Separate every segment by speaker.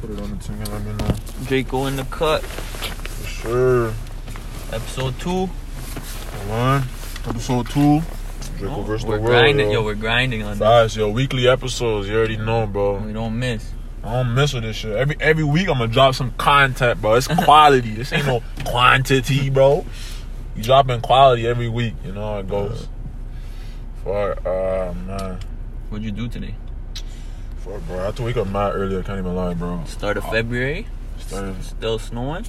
Speaker 1: Put it on the thing and I'm in there.
Speaker 2: Draco in the cut.
Speaker 1: For sure.
Speaker 2: Episode two.
Speaker 1: Hold on. Episode two. Draco versus
Speaker 2: Oh, we're
Speaker 1: the world.
Speaker 2: grinding, yo.
Speaker 1: yo.
Speaker 2: We're grinding on that.
Speaker 1: Facts, yo. Weekly episodes. You already know, bro.
Speaker 2: We don't miss.
Speaker 1: I don't mess with this shit. Every every week I'm gonna drop some content, bro. It's quality. this ain't no quantity, bro. You dropping quality every week. You know how it goes. Fuck, uh, man.
Speaker 2: What'd you do today?
Speaker 1: Fuck, bro. I had to wake up mad early. I can't even lie, bro.
Speaker 2: Start of February.
Speaker 1: Started-
Speaker 2: Still snowing.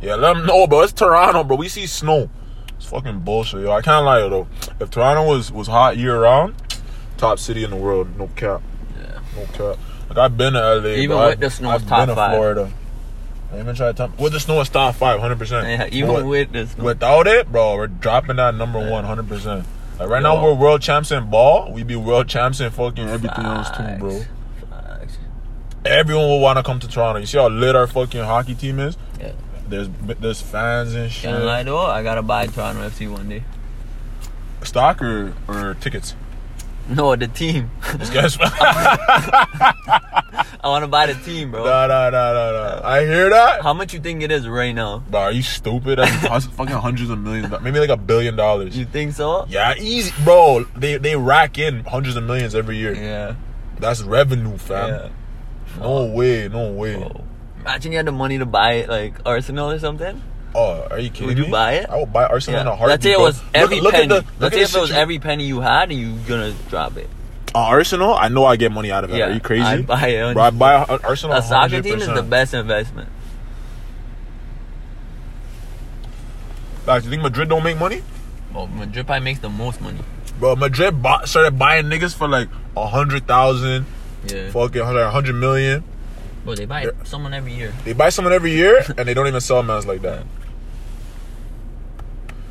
Speaker 1: Yeah, let them know, bro. It's Toronto, bro. We see snow. It's fucking bullshit, yo. I can't lie, though. If Toronto was was hot year round, top city in the world, no cap,
Speaker 2: Yeah.
Speaker 1: no cap. Like I've been to LA,
Speaker 2: Even
Speaker 1: but
Speaker 2: with the snow, it's
Speaker 1: I've
Speaker 2: top
Speaker 1: been
Speaker 2: five.
Speaker 1: to Florida. I even tried to tell with the snow, it's top five, hundred percent.
Speaker 2: Yeah. Even with this. snow.
Speaker 1: without it, bro, we're dropping that number one, hundred percent. Like right
Speaker 2: Yo.
Speaker 1: now, we're world champs in ball. We be world champs in fucking everything else too, bro.
Speaker 2: Facts. Facts.
Speaker 1: Everyone will want to come to Toronto. You see how lit our fucking hockey team is.
Speaker 2: Yeah.
Speaker 1: There's there's fans and shit.
Speaker 2: Can't lie though. I gotta buy Toronto FC one day.
Speaker 1: stock or, or tickets?
Speaker 2: No, the team.
Speaker 1: Guess what?
Speaker 2: I wanna buy the team, bro.
Speaker 1: nah, nah, nah, nah, nah. I hear that.
Speaker 2: How much you think it is right now?
Speaker 1: Bro, are you stupid? That's cost fucking hundreds of millions. of- Maybe like a billion dollars.
Speaker 2: You think so?
Speaker 1: Yeah, easy, bro. They they rack in hundreds of millions every year.
Speaker 2: Yeah.
Speaker 1: That's revenue, fam.
Speaker 2: Yeah.
Speaker 1: No way, no way.
Speaker 2: Whoa. Imagine you had the money to buy it, like Arsenal or something.
Speaker 1: Oh, are you kidding
Speaker 2: Would you
Speaker 1: me?
Speaker 2: buy it?
Speaker 1: I would buy Arsenal in a heartbeat.
Speaker 2: Let's say it
Speaker 1: bro.
Speaker 2: was every
Speaker 1: look, look
Speaker 2: penny.
Speaker 1: At the, look
Speaker 2: Let's
Speaker 1: at
Speaker 2: say
Speaker 1: the
Speaker 2: if it was
Speaker 1: situ-
Speaker 2: every penny you had and you gonna drop it.
Speaker 1: Uh, Arsenal, I know I get money out of it.
Speaker 2: Yeah,
Speaker 1: are you crazy?
Speaker 2: I'd buy it.
Speaker 1: Bro, I buy Ar- Arsenal.
Speaker 2: A soccer team is
Speaker 1: 100%.
Speaker 2: the best investment.
Speaker 1: Like, you think Madrid don't make money?
Speaker 2: Well, Madrid probably makes the most money.
Speaker 1: Bro, Madrid bought, started buying niggas for like a hundred thousand,
Speaker 2: Yeah.
Speaker 1: fucking a hundred- a hundred million.
Speaker 2: Bro, they buy someone every year.
Speaker 1: They buy someone every year and they don't even sell mans like that.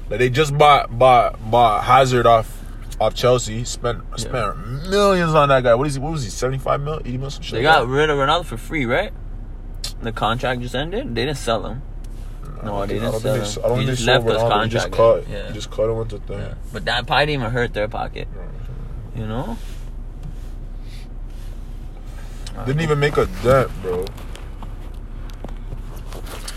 Speaker 1: Like they just bought bought bought Hazard off off Chelsea, spent spent millions on that guy. What is he what was he, 75 mil, 80 mil some shit?
Speaker 2: They
Speaker 1: like
Speaker 2: got rid of Ronaldo for free, right? The contract just ended. They didn't sell him.
Speaker 1: that?
Speaker 2: No,
Speaker 1: I
Speaker 2: they
Speaker 1: don't
Speaker 2: didn't
Speaker 1: think- I
Speaker 2: sell
Speaker 1: don't
Speaker 2: him.
Speaker 1: think they, I don't
Speaker 2: he
Speaker 1: think
Speaker 2: just
Speaker 1: they
Speaker 2: left
Speaker 1: sold Ronaldo.
Speaker 2: us
Speaker 1: He
Speaker 2: contract.
Speaker 1: just cut.
Speaker 2: Yeah.
Speaker 1: He just cut him with the thing.
Speaker 2: Yeah. But that probably didn't even hurt their pocket. You know?
Speaker 1: Didn't even make a dent, bro.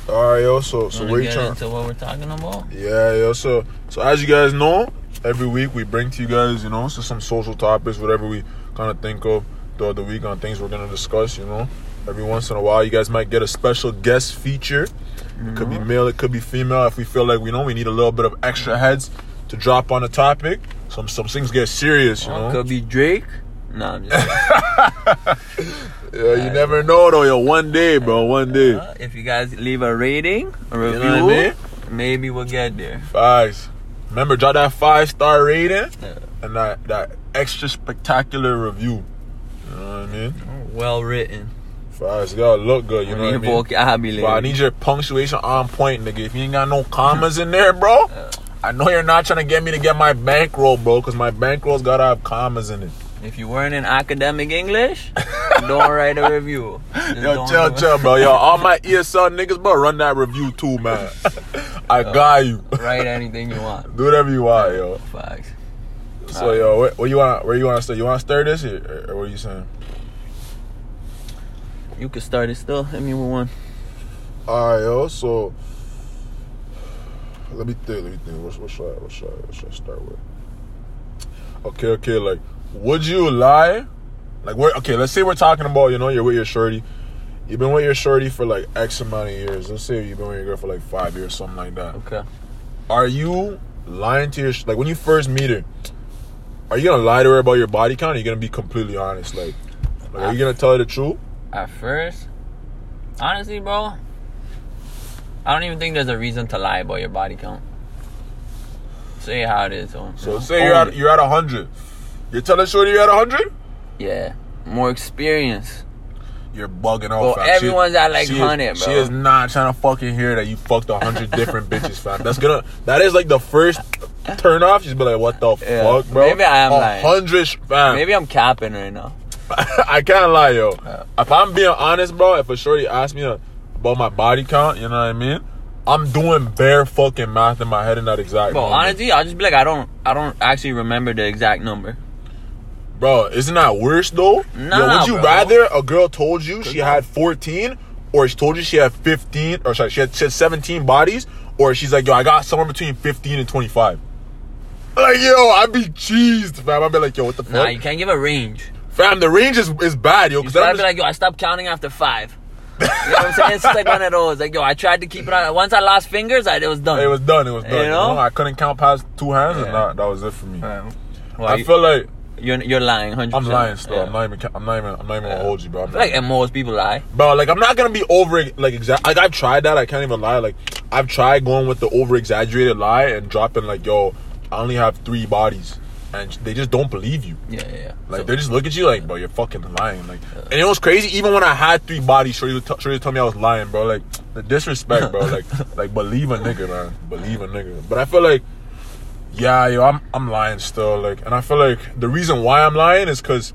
Speaker 1: Alright, yo, so so
Speaker 2: Wanna
Speaker 1: where you
Speaker 2: get
Speaker 1: trying
Speaker 2: into what we're talking about?
Speaker 1: Yeah, yo. So, so as you guys know, every week we bring to you guys, you know, so some social topics, whatever we kind of think of throughout the week on things we're gonna discuss. You know, every once in a while, you guys might get a special guest feature. It could be male, it could be female. If we feel like we know we need a little bit of extra heads to drop on a topic, some some things get serious. You know,
Speaker 2: Uh, Could be Drake. No, I'm just kidding.
Speaker 1: yeah, you never know though, yo. One day, bro. One day.
Speaker 2: Uh, if you guys leave a rating, a review,
Speaker 1: know what I
Speaker 2: maybe we'll get there.
Speaker 1: Fives. Remember, drop that five star rating
Speaker 2: Yeah.
Speaker 1: and that that extra spectacular review. You know what I mean?
Speaker 2: Well written.
Speaker 1: Fives, you gotta look good. You
Speaker 2: We
Speaker 1: know what I
Speaker 2: need
Speaker 1: mean?
Speaker 2: vocabulary.
Speaker 1: Bro, I need your punctuation on point, nigga. If you ain't got no commas in there, bro, I know you're not trying to get me to get my bankroll, bro, because my bankroll's gotta have commas in it.
Speaker 2: If you weren't in academic English, don't write a review. Just
Speaker 1: Yo,
Speaker 2: don't
Speaker 1: chill,
Speaker 2: do it.
Speaker 1: chill, bro. Yo, all my ESL niggas, bro, run that review too, man. I got you.
Speaker 2: Write anything you want.
Speaker 1: Do whatever you want, yo.
Speaker 2: Facts.
Speaker 1: So, yo, where, where you want? Where you want to start? You want to start this, or, or what you saying?
Speaker 2: You can start it still. Hit me with one.
Speaker 1: Alright, yo, so let me think, let me think. What, what should I what should I what should I start with? Okay, okay, like would you lie? Like we're okay, let's say we're talking about, you know, you're with your shorty. You've been with your shorty for like X amount of years. Let's say you've been with your girl for like five years, something like that.
Speaker 2: Okay.
Speaker 1: Are you lying to your sh- like when you first meet her? Are you gonna lie to her about your body count? Or are you gonna be completely honest? Like, like are you gonna tell her the truth?
Speaker 2: At first, honestly, bro, I don't even think there's a reason to lie about your body count. Say how it is. So,
Speaker 1: So say you're at you're at hundred. You're telling shorty you're at hundred.
Speaker 2: yeah, more experience.
Speaker 1: You're bugging out.
Speaker 2: Bro,
Speaker 1: fam.
Speaker 2: everyone's at, like,
Speaker 1: she is-
Speaker 2: 100,
Speaker 1: She
Speaker 2: bro.
Speaker 1: is not trying to fucking hear that you fucked a hundred different bitches, fam. That's gonna that is like the first turn off. She's be like, what the
Speaker 2: Yeah.
Speaker 1: fuck, bro?
Speaker 2: Maybe I am lying.
Speaker 1: hundred, fam.
Speaker 2: Maybe I'm capping right now.
Speaker 1: I can't lie, yo. If I'm being honest, bro, if a shorty asks me uh, about my body count, you know what I mean? I'm doing bare fucking math in my head in that exact.
Speaker 2: Bro,
Speaker 1: moment.
Speaker 2: honestly, I'll just be like, I don't, I don't actually remember the exact number.
Speaker 1: Bro, isn't that worse though?
Speaker 2: Nah,
Speaker 1: Yo, would you
Speaker 2: bro.
Speaker 1: rather a girl told you she
Speaker 2: Good
Speaker 1: had 14 or she told you she had 15 or sorry, she had, she had 17 bodies or she's like, yo, I got somewhere between 15 and 25? Like, yo, I'd be cheesed, fam. I'd be like, yo, what the fuck?
Speaker 2: Nah, you can't give a range.
Speaker 1: Fam, the range is, is bad, yo.
Speaker 2: You
Speaker 1: Because
Speaker 2: just gotta
Speaker 1: I'm
Speaker 2: be
Speaker 1: just,
Speaker 2: like, yo, I stopped counting after five. You know what I'm saying? It's just like one of those. Like, yo, I tried to keep it on. Once I lost fingers, I, it was done.
Speaker 1: it was done. It was done.
Speaker 2: You
Speaker 1: You know?
Speaker 2: know?
Speaker 1: I couldn't count past two hands,
Speaker 2: Yeah.
Speaker 1: and that, that was it for me.
Speaker 2: Well,
Speaker 1: I
Speaker 2: you,
Speaker 1: feel like
Speaker 2: you're, you're lying, 100%.
Speaker 1: I'm lying still.
Speaker 2: Yeah.
Speaker 1: I'm not even. ca- I'm not even. I'm not even gonna hold you, bro. I'm not-
Speaker 2: Like, and most people lie.
Speaker 1: bro, like I'm not gonna be over like exact. Like I've tried that. I can't even lie. Like I've tried going with the over exaggerated lie and dropping like, yo, I only have three bodies, and they just don't believe you.
Speaker 2: Yeah, yeah, yeah.
Speaker 1: Like
Speaker 2: So-
Speaker 1: they just look at you like, bro, you're fucking lying. Like, and it was crazy. Even when I had three bodies, Shorty would t- Shorty would tell me I was lying, bro. Like the disrespect, bro. Like, like believe a nigga, man. Believe a nigga. But I feel like, yeah, yo, I'm I'm lying still. Like, and I feel like the reason why I'm lying is because,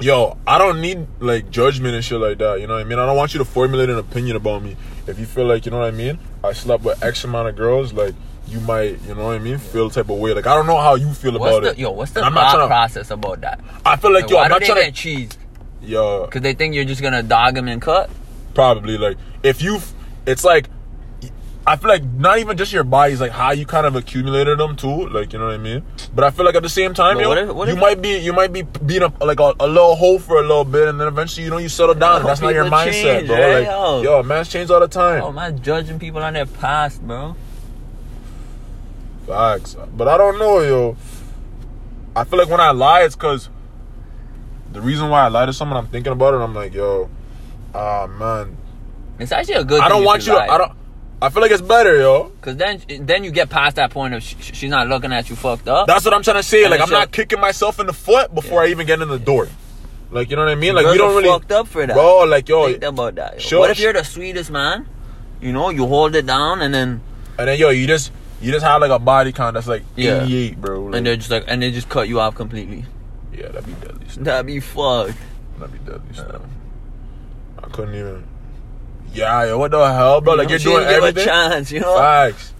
Speaker 1: yo, I don't need like judgment and shit like that. You know what I mean? I don't want you to formulate an opinion about me. If you feel like, you know what I mean, I slept with X amount of girls, like. You might, you know what I mean, feel the type of way. Like I don't know how you feel
Speaker 2: What's
Speaker 1: about
Speaker 2: the
Speaker 1: it.
Speaker 2: yo? What's the
Speaker 1: And I'm not
Speaker 2: thought
Speaker 1: trying to.
Speaker 2: process about that?
Speaker 1: I feel like,
Speaker 2: Like,
Speaker 1: yo,
Speaker 2: why
Speaker 1: I'm
Speaker 2: do
Speaker 1: not
Speaker 2: they
Speaker 1: trying
Speaker 2: get
Speaker 1: to.
Speaker 2: cheese?
Speaker 1: Yo,
Speaker 2: Because they think you're just gonna dog them and cut.
Speaker 1: probably like if you it's like i feel like not even just your body's like how you kind of accumulated them too like you know what i mean but i feel like at the same time
Speaker 2: But
Speaker 1: yo,
Speaker 2: what if- what
Speaker 1: you
Speaker 2: if-
Speaker 1: might be you might be being a, like a, a little hole for a little bit and then eventually you know you settle down and
Speaker 2: Yo,
Speaker 1: that's not your
Speaker 2: people
Speaker 1: mindset
Speaker 2: change,
Speaker 1: bro
Speaker 2: eh?
Speaker 1: like
Speaker 2: Yo.
Speaker 1: yo. man's changed all the time
Speaker 2: Oh, am I judging people on their past, bro?
Speaker 1: Facts. But I don't know, yo. I feel like when I lie, it's because the reason why I lie to someone, I'm thinking about it. I'm like, yo, ah man,
Speaker 2: It's actually a good.
Speaker 1: I don't
Speaker 2: thing
Speaker 1: want you. To, I don't. I feel like it's better, yo.
Speaker 2: Because then, then you get past that point of sh- sh- she's not looking at you fucked up.
Speaker 1: That's what I'm trying to say.
Speaker 2: And
Speaker 1: Like,
Speaker 2: it's
Speaker 1: I'm not
Speaker 2: a-
Speaker 1: kicking myself in the foot before I even get in the door. Like, you know what I mean? Like,
Speaker 2: Girls
Speaker 1: you
Speaker 2: are
Speaker 1: don't really,
Speaker 2: fucked up for that.
Speaker 1: bro. Like, yo,
Speaker 2: Think about that. yo.
Speaker 1: Sure,
Speaker 2: what if
Speaker 1: sh-
Speaker 2: you're the sweetest man? You know, you hold it down and then
Speaker 1: and then yo, you just, you just have like a body count that's like
Speaker 2: Yeah.
Speaker 1: 88, bro. Like,
Speaker 2: and they're just like and they just cut you off completely.
Speaker 1: yeah, that'd be deadly. stuff.
Speaker 2: That'd be fucked.
Speaker 1: That'd be deadly. stuff. I couldn't even. Yeah, yo, what the hell, bro?
Speaker 2: You
Speaker 1: Like,
Speaker 2: know,
Speaker 1: you're
Speaker 2: she
Speaker 1: doing
Speaker 2: didn't give
Speaker 1: everything.
Speaker 2: A chance, you know.
Speaker 1: Facts.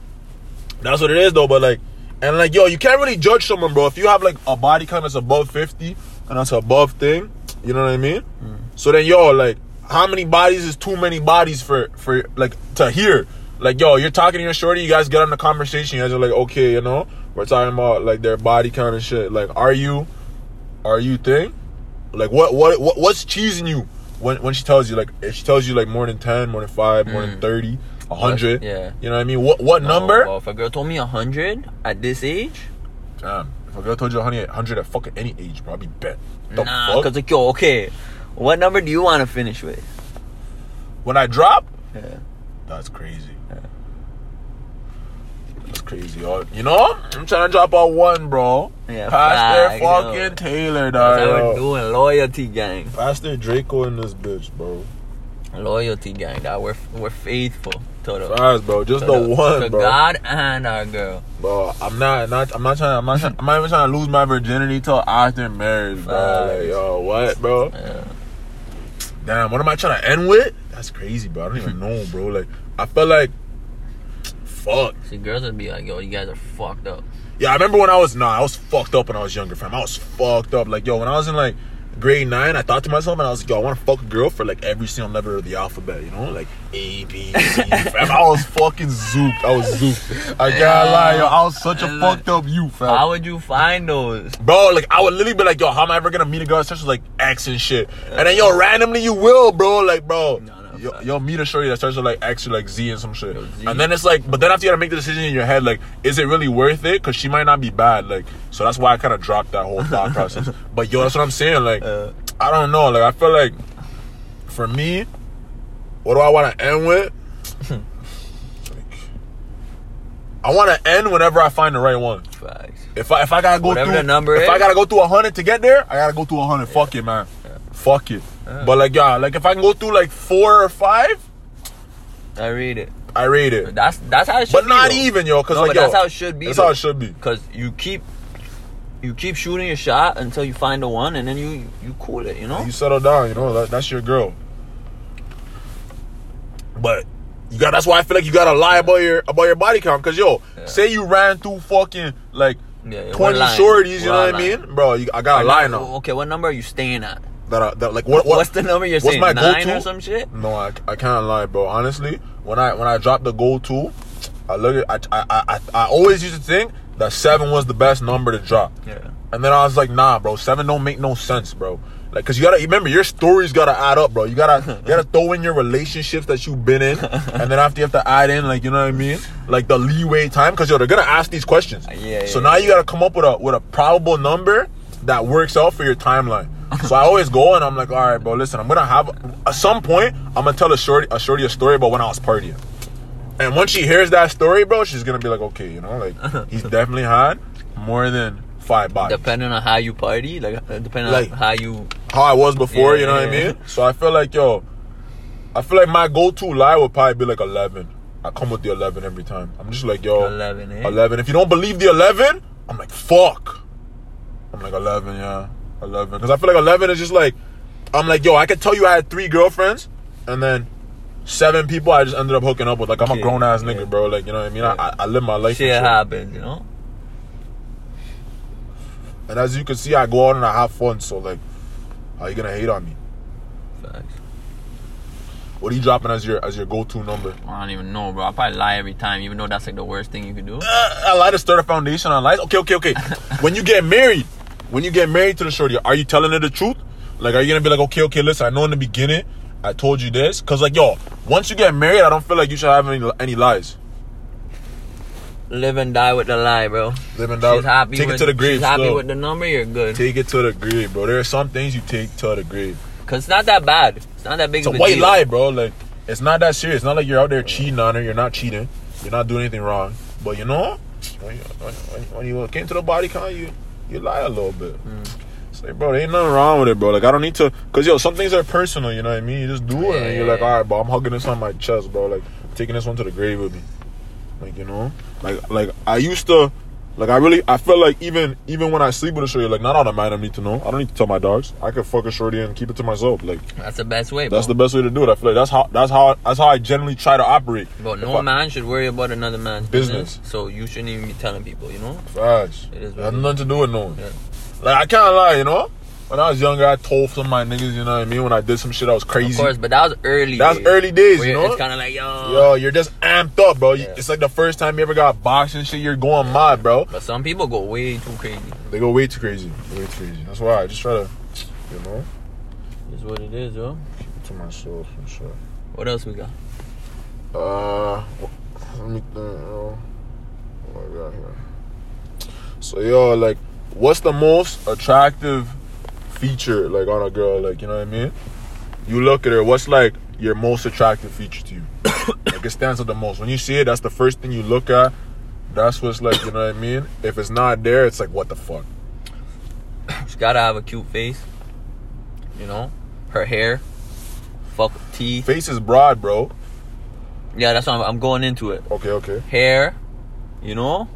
Speaker 1: That's what it is though, but like and like yo, you can't really judge someone, bro. If you have like a body count that's above fifty and that's above thing, you know what I mean?
Speaker 2: Mm.
Speaker 1: So then yo, like, how many bodies is too many bodies for for like to hear? Like yo, you're talking to your shorty, you guys get on the conversation, you guys are like, okay, you know, we're talking about like their body count and shit. Like, are you are you thing? Like what what, what what's cheesing you when when she tells you like if she tells you like more than ten, more than five, more than
Speaker 2: Mm.
Speaker 1: thirty, a hundred.
Speaker 2: Yeah.
Speaker 1: You know what I mean? What what
Speaker 2: No,
Speaker 1: number?
Speaker 2: bro, if a girl told me hundred at this age,
Speaker 1: Damn. If a girl told you honey at hundred at fucking any age, bro, I'd be bet. The
Speaker 2: nah,
Speaker 1: fuck?
Speaker 2: because like yo, okay, what number do you want to finish with?
Speaker 1: When I drop,
Speaker 2: Yeah.
Speaker 1: that's crazy. That's crazy. yo. You know? I'm trying to drop out one, bro.
Speaker 2: Yeah,
Speaker 1: Pastor
Speaker 2: facts, yo.
Speaker 1: fucking Taylor,
Speaker 2: That's how we're
Speaker 1: dog. yo.
Speaker 2: doing loyalty gang.
Speaker 1: Pastor Draco in this bitch, bro.
Speaker 2: Loyalty gang. That we're we're faithful to the
Speaker 1: Facts, bro. Just
Speaker 2: to
Speaker 1: the
Speaker 2: the-
Speaker 1: one,
Speaker 2: to
Speaker 1: bro.
Speaker 2: God and our girl.
Speaker 1: Bro, I'm not, not, I'm not trying, I'm not, trying, I'm not even trying to lose my virginity till after marriage, bro.
Speaker 2: Facts.
Speaker 1: Like, yo, what, bro?
Speaker 2: Yeah.
Speaker 1: Damn, what am I trying to end with? That's crazy, bro. I don't even know, bro. Like, I feel like, fuck.
Speaker 2: See, girls would be like, yo, you guys are fucked up.
Speaker 1: Yeah, I remember when I was nah, I was fucked up when I was younger, fam. I was fucked up. Like, yo, when I was in like grade nine, I thought to myself and I was like, yo, I want to fuck a girl for like every single letter of the alphabet, you know, like A, B, C. fam, I was fucking zooped. I was zooped. I gotta lie, yo. I was such a fucked up you, fam.
Speaker 2: How would you find those?
Speaker 1: Bro, like I would literally be like, yo, how am I ever gonna meet a girl such as like X and shit? And then yo, randomly you will, bro. Like, bro,
Speaker 2: No, no,
Speaker 1: yo,
Speaker 2: fuck.
Speaker 1: yo, meet a shorty that starts with like X or like Z and some shit.
Speaker 2: Yo, Z.
Speaker 1: and then it's like, but then after you gotta make the decision in your head, like, is it really worth it? Cause she might not be bad. Like, so that's why I kind of dropped that whole thought process. But yo, that's what I'm saying. Like,
Speaker 2: Uh.
Speaker 1: I don't know. Like, I feel like for me, what do I want to end with? Like, I want to end whenever I find the right one.
Speaker 2: Facts.
Speaker 1: If I if I gotta go
Speaker 2: Whatever
Speaker 1: through
Speaker 2: the number
Speaker 1: if
Speaker 2: is.
Speaker 1: I gotta go through hundred to get there, I gotta go through hundred. Fuck it, man. Fuck it. But like yeah, like if I can go through like four or five,
Speaker 2: I read it.
Speaker 1: I rate it.
Speaker 2: That's that's how it should
Speaker 1: But
Speaker 2: be.
Speaker 1: not
Speaker 2: though.
Speaker 1: even yo, cause
Speaker 2: No,
Speaker 1: like
Speaker 2: but
Speaker 1: yo,
Speaker 2: that's how it should be.
Speaker 1: That's how it should be.
Speaker 2: Cause you keep you keep shooting your shot until you find the one, and then you you cool it. You know.
Speaker 1: You settle down, you know that, that's your girl. But you got that's why I feel like you gotta lie about your about your body count, cause yo,
Speaker 2: Yeah.
Speaker 1: say you ran through fucking like
Speaker 2: Yeah, yeah,
Speaker 1: 20
Speaker 2: we're lying.
Speaker 1: shorties, you
Speaker 2: We're
Speaker 1: know
Speaker 2: all
Speaker 1: what I
Speaker 2: lying.
Speaker 1: mean? Bro, you, I gotta lie now.
Speaker 2: Okay, what number are you staying at?
Speaker 1: That, I, that like what, what
Speaker 2: What's the number you're saying? Nine or some shit?
Speaker 1: No, I, I can't lie, bro. Honestly, when I when I dropped the goal two, I look at I I, I I always used to think that seven was the best number to drop.
Speaker 2: Yeah.
Speaker 1: And then I was like, nah, bro, seven don't make no sense, bro. Like, cause you gotta remember your stories gotta add up, bro. You gotta you gotta throw in your relationships that you've been in, and then after you have to add in, like, you know what I mean, like the leeway time, cause yo, they're gonna ask these questions.
Speaker 2: Uh, yeah,
Speaker 1: So
Speaker 2: yeah,
Speaker 1: now you gotta come up with a with a probable number that works out for your timeline. So I always go and I'm like, all right, bro, listen, I'm gonna have at some point I'm gonna tell a shorty a shorty a story about when I was partying. And once she hears that story, bro, she's gonna be like, okay, you know, like he's definitely had more than five bodies.
Speaker 2: Depending on how you party, like uh, depending
Speaker 1: Like-
Speaker 2: on how you.
Speaker 1: how I was before, you know what
Speaker 2: Yeah.
Speaker 1: I mean? So I feel like yo, I feel like my go-to lie would probably be like eleven. I come with the eleven every time. I'm just like yo,
Speaker 2: 11, eh?
Speaker 1: oh, Eleven. If you don't believe the eleven, I'm like fuck. I'm like eleven, yeah, eleven. Because I feel like eleven is just like, I'm like yo, I could tell you I had three girlfriends, and then. Seven people I just ended up hooking up with. Like I'm a
Speaker 2: Yeah,
Speaker 1: grown ass
Speaker 2: yeah.
Speaker 1: nigga, bro. Like you know what I mean. I I, I live my life.
Speaker 2: Shit
Speaker 1: and shit.
Speaker 2: happens, you know.
Speaker 1: And as you can see, I go out and I have fun. So like, how you gonna hate on me?
Speaker 2: Facts.
Speaker 1: What are you dropping as your as your go-to number?
Speaker 2: I don't even know, bro. I probably lie every time, even though that's like the worst thing you could do.
Speaker 1: Uh, I lie to start a foundation on lies. Okay, okay, okay. when you get married, when you get married to the shorty, are you telling her the truth? Like, are you gonna be like, okay, okay, listen, I know in the beginning I told you this, cause like, yo, once you get married, I don't feel like you should have any, any lies.
Speaker 2: Live and die with the lie, bro.
Speaker 1: Live and die.
Speaker 2: She's happy
Speaker 1: take
Speaker 2: with,
Speaker 1: it to the grave.
Speaker 2: She's happy
Speaker 1: still.
Speaker 2: with the number. You're good.
Speaker 1: take it to the grave, bro. There are some things you take to the grave.
Speaker 2: Cause it's not that bad. It's not that big
Speaker 1: It's a
Speaker 2: of a
Speaker 1: white
Speaker 2: deal.
Speaker 1: lie, bro. Like, it's not that serious. It's not like you're out there cheating on her. You're not cheating. You're not doing anything wrong. But you know, when you, when, when- when you came to the body count, you you lie a little bit. It's like, bro, there ain't nothing wrong with it, bro. Like, I don't need to, cause yo, some things are personal. You know what I mean? You just do it, and you're like, all right, bro, I'm hugging this on my chest, bro. Like, taking this one to the grave with me. Like, you know, like like I used to. Like I really, I feel like even even when I sleep with a shorty, like not all the man I need to know. I don't need to tell my dogs. I could fuck a shorty and keep it to myself. Like
Speaker 2: That's the best way, bro.
Speaker 1: that's the best way to do it. I feel like that's how that's how that's how I generally try to operate.
Speaker 2: But
Speaker 1: If
Speaker 2: no
Speaker 1: I-
Speaker 2: man should worry about another man's
Speaker 1: Business.
Speaker 2: business. So you shouldn't even be telling people, you know?
Speaker 1: Facts.
Speaker 2: It is what
Speaker 1: has
Speaker 2: it is.
Speaker 1: nothing to do with no one.
Speaker 2: Yeah.
Speaker 1: Like I can't lie, you know. When I was younger, I told some of my niggas, you know what I mean. When I did some shit, I was
Speaker 2: Of
Speaker 1: crazy.
Speaker 2: course, but that was early.
Speaker 1: That's
Speaker 2: days,
Speaker 1: early days,
Speaker 2: where
Speaker 1: you
Speaker 2: you're-
Speaker 1: know.
Speaker 2: It's kind of like, yo.
Speaker 1: Yo, you're just amped up, bro. You-
Speaker 2: Yeah.
Speaker 1: It's like the first time you ever got boxed and shit. You're going mad, bro.
Speaker 2: But some people go way too crazy.
Speaker 1: They go way too crazy. Way too crazy. That's why I just try to, you know,
Speaker 2: Is what it is, yo.
Speaker 1: keep it to myself and shit.
Speaker 2: What else we got?
Speaker 1: Uh, let me think. Yo. What I got here? So yo, like, what's the most attractive feature like on a girl? Like, you know what I mean? You look at her. What's like your most attractive feature to you? like, it stands out the most. When you see it, that's the first thing you look at. That's what's like, you know what I mean? If it's not there, it's like, what the fuck?
Speaker 2: She gotta have a cute face. You know? Her hair. Fuck teeth.
Speaker 1: Face is broad, bro.
Speaker 2: Yeah, that's what I'm, I'm going into it.
Speaker 1: Okay, okay.
Speaker 2: Hair. You know?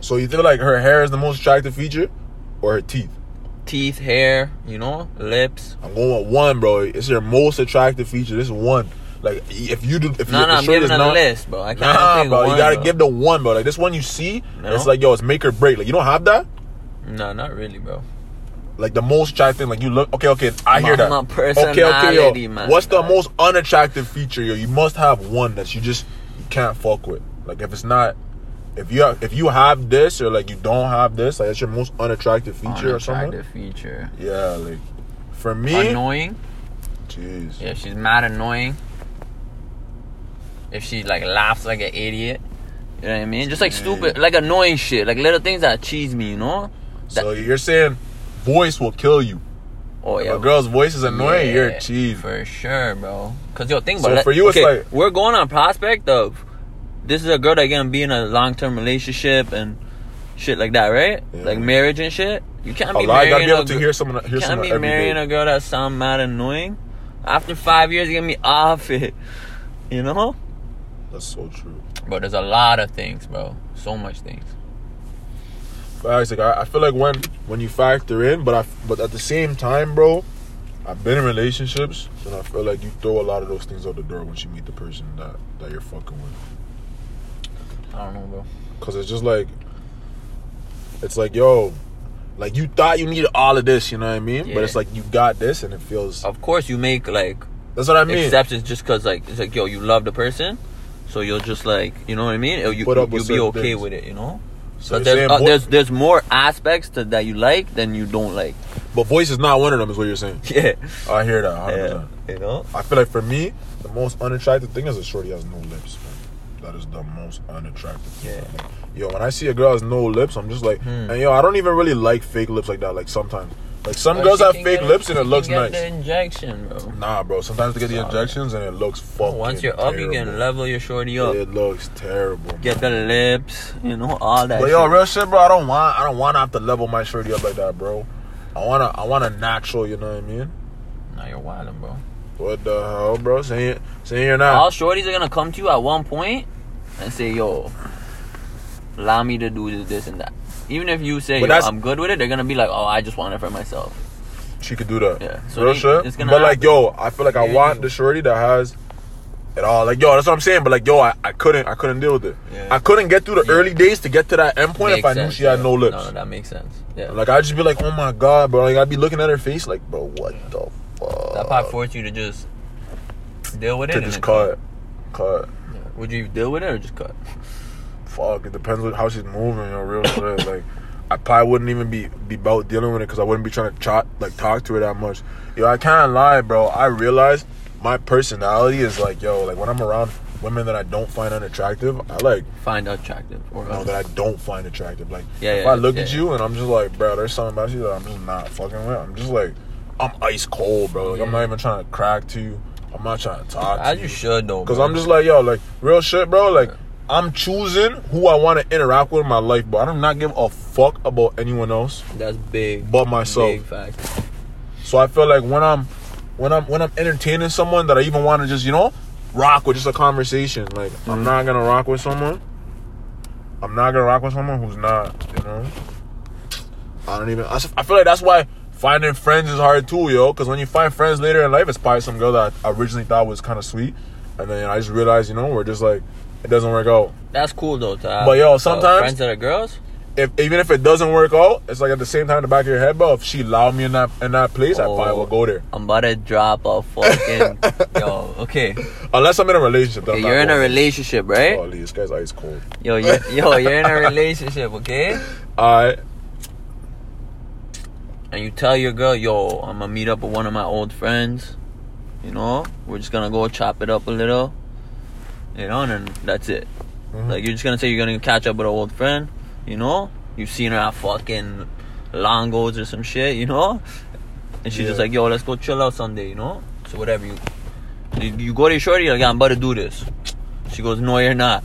Speaker 1: So you think like her hair is the most attractive feature, or her teeth?
Speaker 2: Teeth, hair. You know? Lips.
Speaker 1: I'm going with one, bro. It's your most attractive feature. This is one. Like if you do, if
Speaker 2: No,
Speaker 1: you,
Speaker 2: no, I'm giving a list, bro. I can't
Speaker 1: Nah,
Speaker 2: think
Speaker 1: bro.
Speaker 2: of
Speaker 1: you
Speaker 2: one,
Speaker 1: gotta
Speaker 2: bro.
Speaker 1: give the one, bro. Like this one you see,
Speaker 2: No?
Speaker 1: it's like yo, it's make or break. Like you don't have that.
Speaker 2: No, not really, bro.
Speaker 1: Like the most attractive thing. Like you look. Okay, okay. I hear
Speaker 2: My-
Speaker 1: that.
Speaker 2: my
Speaker 1: okay, okay,
Speaker 2: personality,
Speaker 1: yo.
Speaker 2: man.
Speaker 1: What's the most unattractive feature, yo? You must have one that you just you can't fuck with. Like if it's not. If you have, if you have this or like you don't have this, like it's your most unattractive feature or something.
Speaker 2: Unattractive feature.
Speaker 1: Yeah, like for me,
Speaker 2: Annoying.
Speaker 1: jeez,
Speaker 2: Yeah, she's mad annoying. If she like laughs like an idiot, you know what I mean? Just like
Speaker 1: Yeah.
Speaker 2: stupid, like annoying shit, like little things that cheese me, you know?
Speaker 1: So you're saying voice will kill you.
Speaker 2: Oh
Speaker 1: If
Speaker 2: yeah,
Speaker 1: a girl's voice is annoying, you're a
Speaker 2: Yeah,
Speaker 1: cheese.
Speaker 2: for sure, bro. Cause yo, think
Speaker 1: So
Speaker 2: about it.
Speaker 1: for you, it's
Speaker 2: okay,
Speaker 1: like-
Speaker 2: we're going on prospect of this is a girl that gonna be in a long term relationship and shit like that, right?
Speaker 1: Yeah.
Speaker 2: Like marriage and shit. You can't
Speaker 1: A
Speaker 2: be
Speaker 1: lie, you gotta
Speaker 2: marrying
Speaker 1: be able
Speaker 2: a
Speaker 1: to
Speaker 2: gr-
Speaker 1: hear someone. Hear
Speaker 2: can't
Speaker 1: someone
Speaker 2: be
Speaker 1: every
Speaker 2: marrying
Speaker 1: day.
Speaker 2: a girl that sound mad annoying. After five years, you're gonna be off it, you know?
Speaker 1: That's so true.
Speaker 2: Bro, there's a lot of things, bro. So much things.
Speaker 1: Facts. Like I, I feel like when when you factor in, but I but at the same time, bro, I've been in relationships, and I feel like you throw a lot of those things out the door once you meet the person that that you're fucking with.
Speaker 2: I don't know, bro.
Speaker 1: Cause it's just like it's like, yo, like you thought you needed all of this, you know what I mean?
Speaker 2: Yeah.
Speaker 1: But it's like you got this, and it feels.
Speaker 2: Of course, you make like
Speaker 1: That's what I mean.
Speaker 2: exceptions just because like it's like yo, you love the person, so you'll just like you know what I mean. Or you
Speaker 1: Put up with
Speaker 2: you'll
Speaker 1: certain
Speaker 2: be okay
Speaker 1: things.
Speaker 2: with it, you know.
Speaker 1: so you're
Speaker 2: But there's
Speaker 1: saying
Speaker 2: uh,
Speaker 1: vo-
Speaker 2: there's there's more aspects to, that you like than you don't like.
Speaker 1: but voice is not one of them, is what you're saying.
Speaker 2: Yeah,
Speaker 1: I hear that. 100%.
Speaker 2: yeah, you know.
Speaker 1: I feel like for me, the most unattractive thing is a shorty has no lips. Man. That is the most unattractive. Thing.
Speaker 2: Yeah.
Speaker 1: Yo, when I see a girl has no lips, I'm just like, and yo, I don't even really like fake lips like that. Like sometimes, like some
Speaker 2: But
Speaker 1: girls
Speaker 2: she
Speaker 1: have
Speaker 2: can
Speaker 1: fake
Speaker 2: get-
Speaker 1: lips and
Speaker 2: she
Speaker 1: it
Speaker 2: can
Speaker 1: looks
Speaker 2: get
Speaker 1: nice.
Speaker 2: The injection, bro.
Speaker 1: Nah, bro. Sometimes they get the
Speaker 2: Sorry.
Speaker 1: injections and it looks fucking.
Speaker 2: Once you're up, you
Speaker 1: terrible.
Speaker 2: can level your shorty up.
Speaker 1: It looks terrible.
Speaker 2: Get the lips, you know, all that.
Speaker 1: But yo,
Speaker 2: shit.
Speaker 1: real shit, bro. I don't want. I don't want to have to level my shorty up like that, bro. I wanna. I want a natural. You know what I mean?
Speaker 2: Nah, you're wildin', bro.
Speaker 1: What the hell, bro? Saying saying you're not.
Speaker 2: All shorties are gonna come to you at one point and say, "Yo, allow me to do this, this and that." Even if you say
Speaker 1: But
Speaker 2: Yo,
Speaker 1: that's-
Speaker 2: I'm good with it, they're gonna be like, "Oh, I just want it for myself."
Speaker 1: she could do that.
Speaker 2: Yeah, so
Speaker 1: real
Speaker 2: they-
Speaker 1: shit.
Speaker 2: it's
Speaker 1: But
Speaker 2: gonna
Speaker 1: like, yo, I feel like I
Speaker 2: Yeah,
Speaker 1: want
Speaker 2: you-
Speaker 1: the shorty that has it all. Like, yo, that's what I'm saying. But like, yo, I, I couldn't. I couldn't deal with it.
Speaker 2: Yeah.
Speaker 1: I couldn't get through the
Speaker 2: Yeah.
Speaker 1: early days to get to that end point if
Speaker 2: Makes
Speaker 1: I knew
Speaker 2: sense,
Speaker 1: she had
Speaker 2: yeah.
Speaker 1: no lips.
Speaker 2: No, no, that makes sense. Yeah,
Speaker 1: Like, I'd just be like, oh my god, bro. Like, I'd be looking at her face, like, bro, what the fuck?
Speaker 2: that part forced you to just deal with
Speaker 1: uh,
Speaker 2: it.
Speaker 1: To
Speaker 2: and
Speaker 1: just
Speaker 2: then
Speaker 1: cut, cut.
Speaker 2: Yeah. Would you deal with it or just cut?
Speaker 1: Fuck. It depends on how she's moving, yo. Real shit. Like, I probably wouldn't even be be about dealing with it because I wouldn't be trying to chat, like, talk to her that much. Yo, I can't lie, bro. I realize my personality is like, yo, like when I'm around women that I don't find unattractive, I like
Speaker 2: Find attractive or
Speaker 1: know that I don't find attractive. Like,
Speaker 2: Yeah,
Speaker 1: if
Speaker 2: yeah,
Speaker 1: I look
Speaker 2: yeah,
Speaker 1: at
Speaker 2: yeah.
Speaker 1: you and I'm just like, bro, there's something about you that I'm just not fucking with. I'm just like, I'm ice cold, bro. Like, I'm not even trying to crack to you. I'm not trying to talk to
Speaker 2: As you should though,
Speaker 1: Because
Speaker 2: bro.
Speaker 1: I'm just like, yo, like, real shit, bro. Like, I'm choosing who I want to interact with in my life, but I do not give a fuck about anyone else
Speaker 2: that's big.
Speaker 1: but myself.
Speaker 2: Big fact.
Speaker 1: So I feel like when I'm when I'm when I'm entertaining someone that I even want to just, you know, rock with just a conversation. Like I'm not gonna rock with someone. I'm not gonna rock with someone who's not, you know. I don't even I s- I feel like that's why finding friends is hard too, yo, because when you find friends later in life, it's probably some girl that I originally thought was kinda sweet. And then I just realized, you know, we're just like it doesn't work out.
Speaker 2: That's cool though. To have,
Speaker 1: But yo,
Speaker 2: uh,
Speaker 1: sometimes-
Speaker 2: friends that are girls.
Speaker 1: If even if it doesn't work out, it's like at the same time in the back of your head, bro. If she allowed me in that in that place, I probably
Speaker 2: Oh.
Speaker 1: will go there.
Speaker 2: I'm about to drop a fucking yo. Okay,
Speaker 1: Unless I'm in a relationship. then
Speaker 2: okay
Speaker 1: I'm not
Speaker 2: you're in a Eh?
Speaker 1: going.
Speaker 2: relationship, right?
Speaker 1: Oh, Lee, this guy's ice cold.
Speaker 2: Yo, you yo, you're in a relationship, okay?
Speaker 1: Alright.
Speaker 2: And you tell your girl, yo, I'm gonna meet up with one of my old friends. You know, we're just gonna go chop it up a little. You know, and then that's it.
Speaker 1: Mhm.
Speaker 2: Like you're just gonna say you're gonna catch up with an old friend. You know, you've seen her at fucking Longos or some shit. You know, and she's just
Speaker 1: Yeah.
Speaker 2: like, yo, let's go chill out someday. You know, so whatever you you, you go to your shorty, you're like, I'm about to do this. She goes, no, you're not.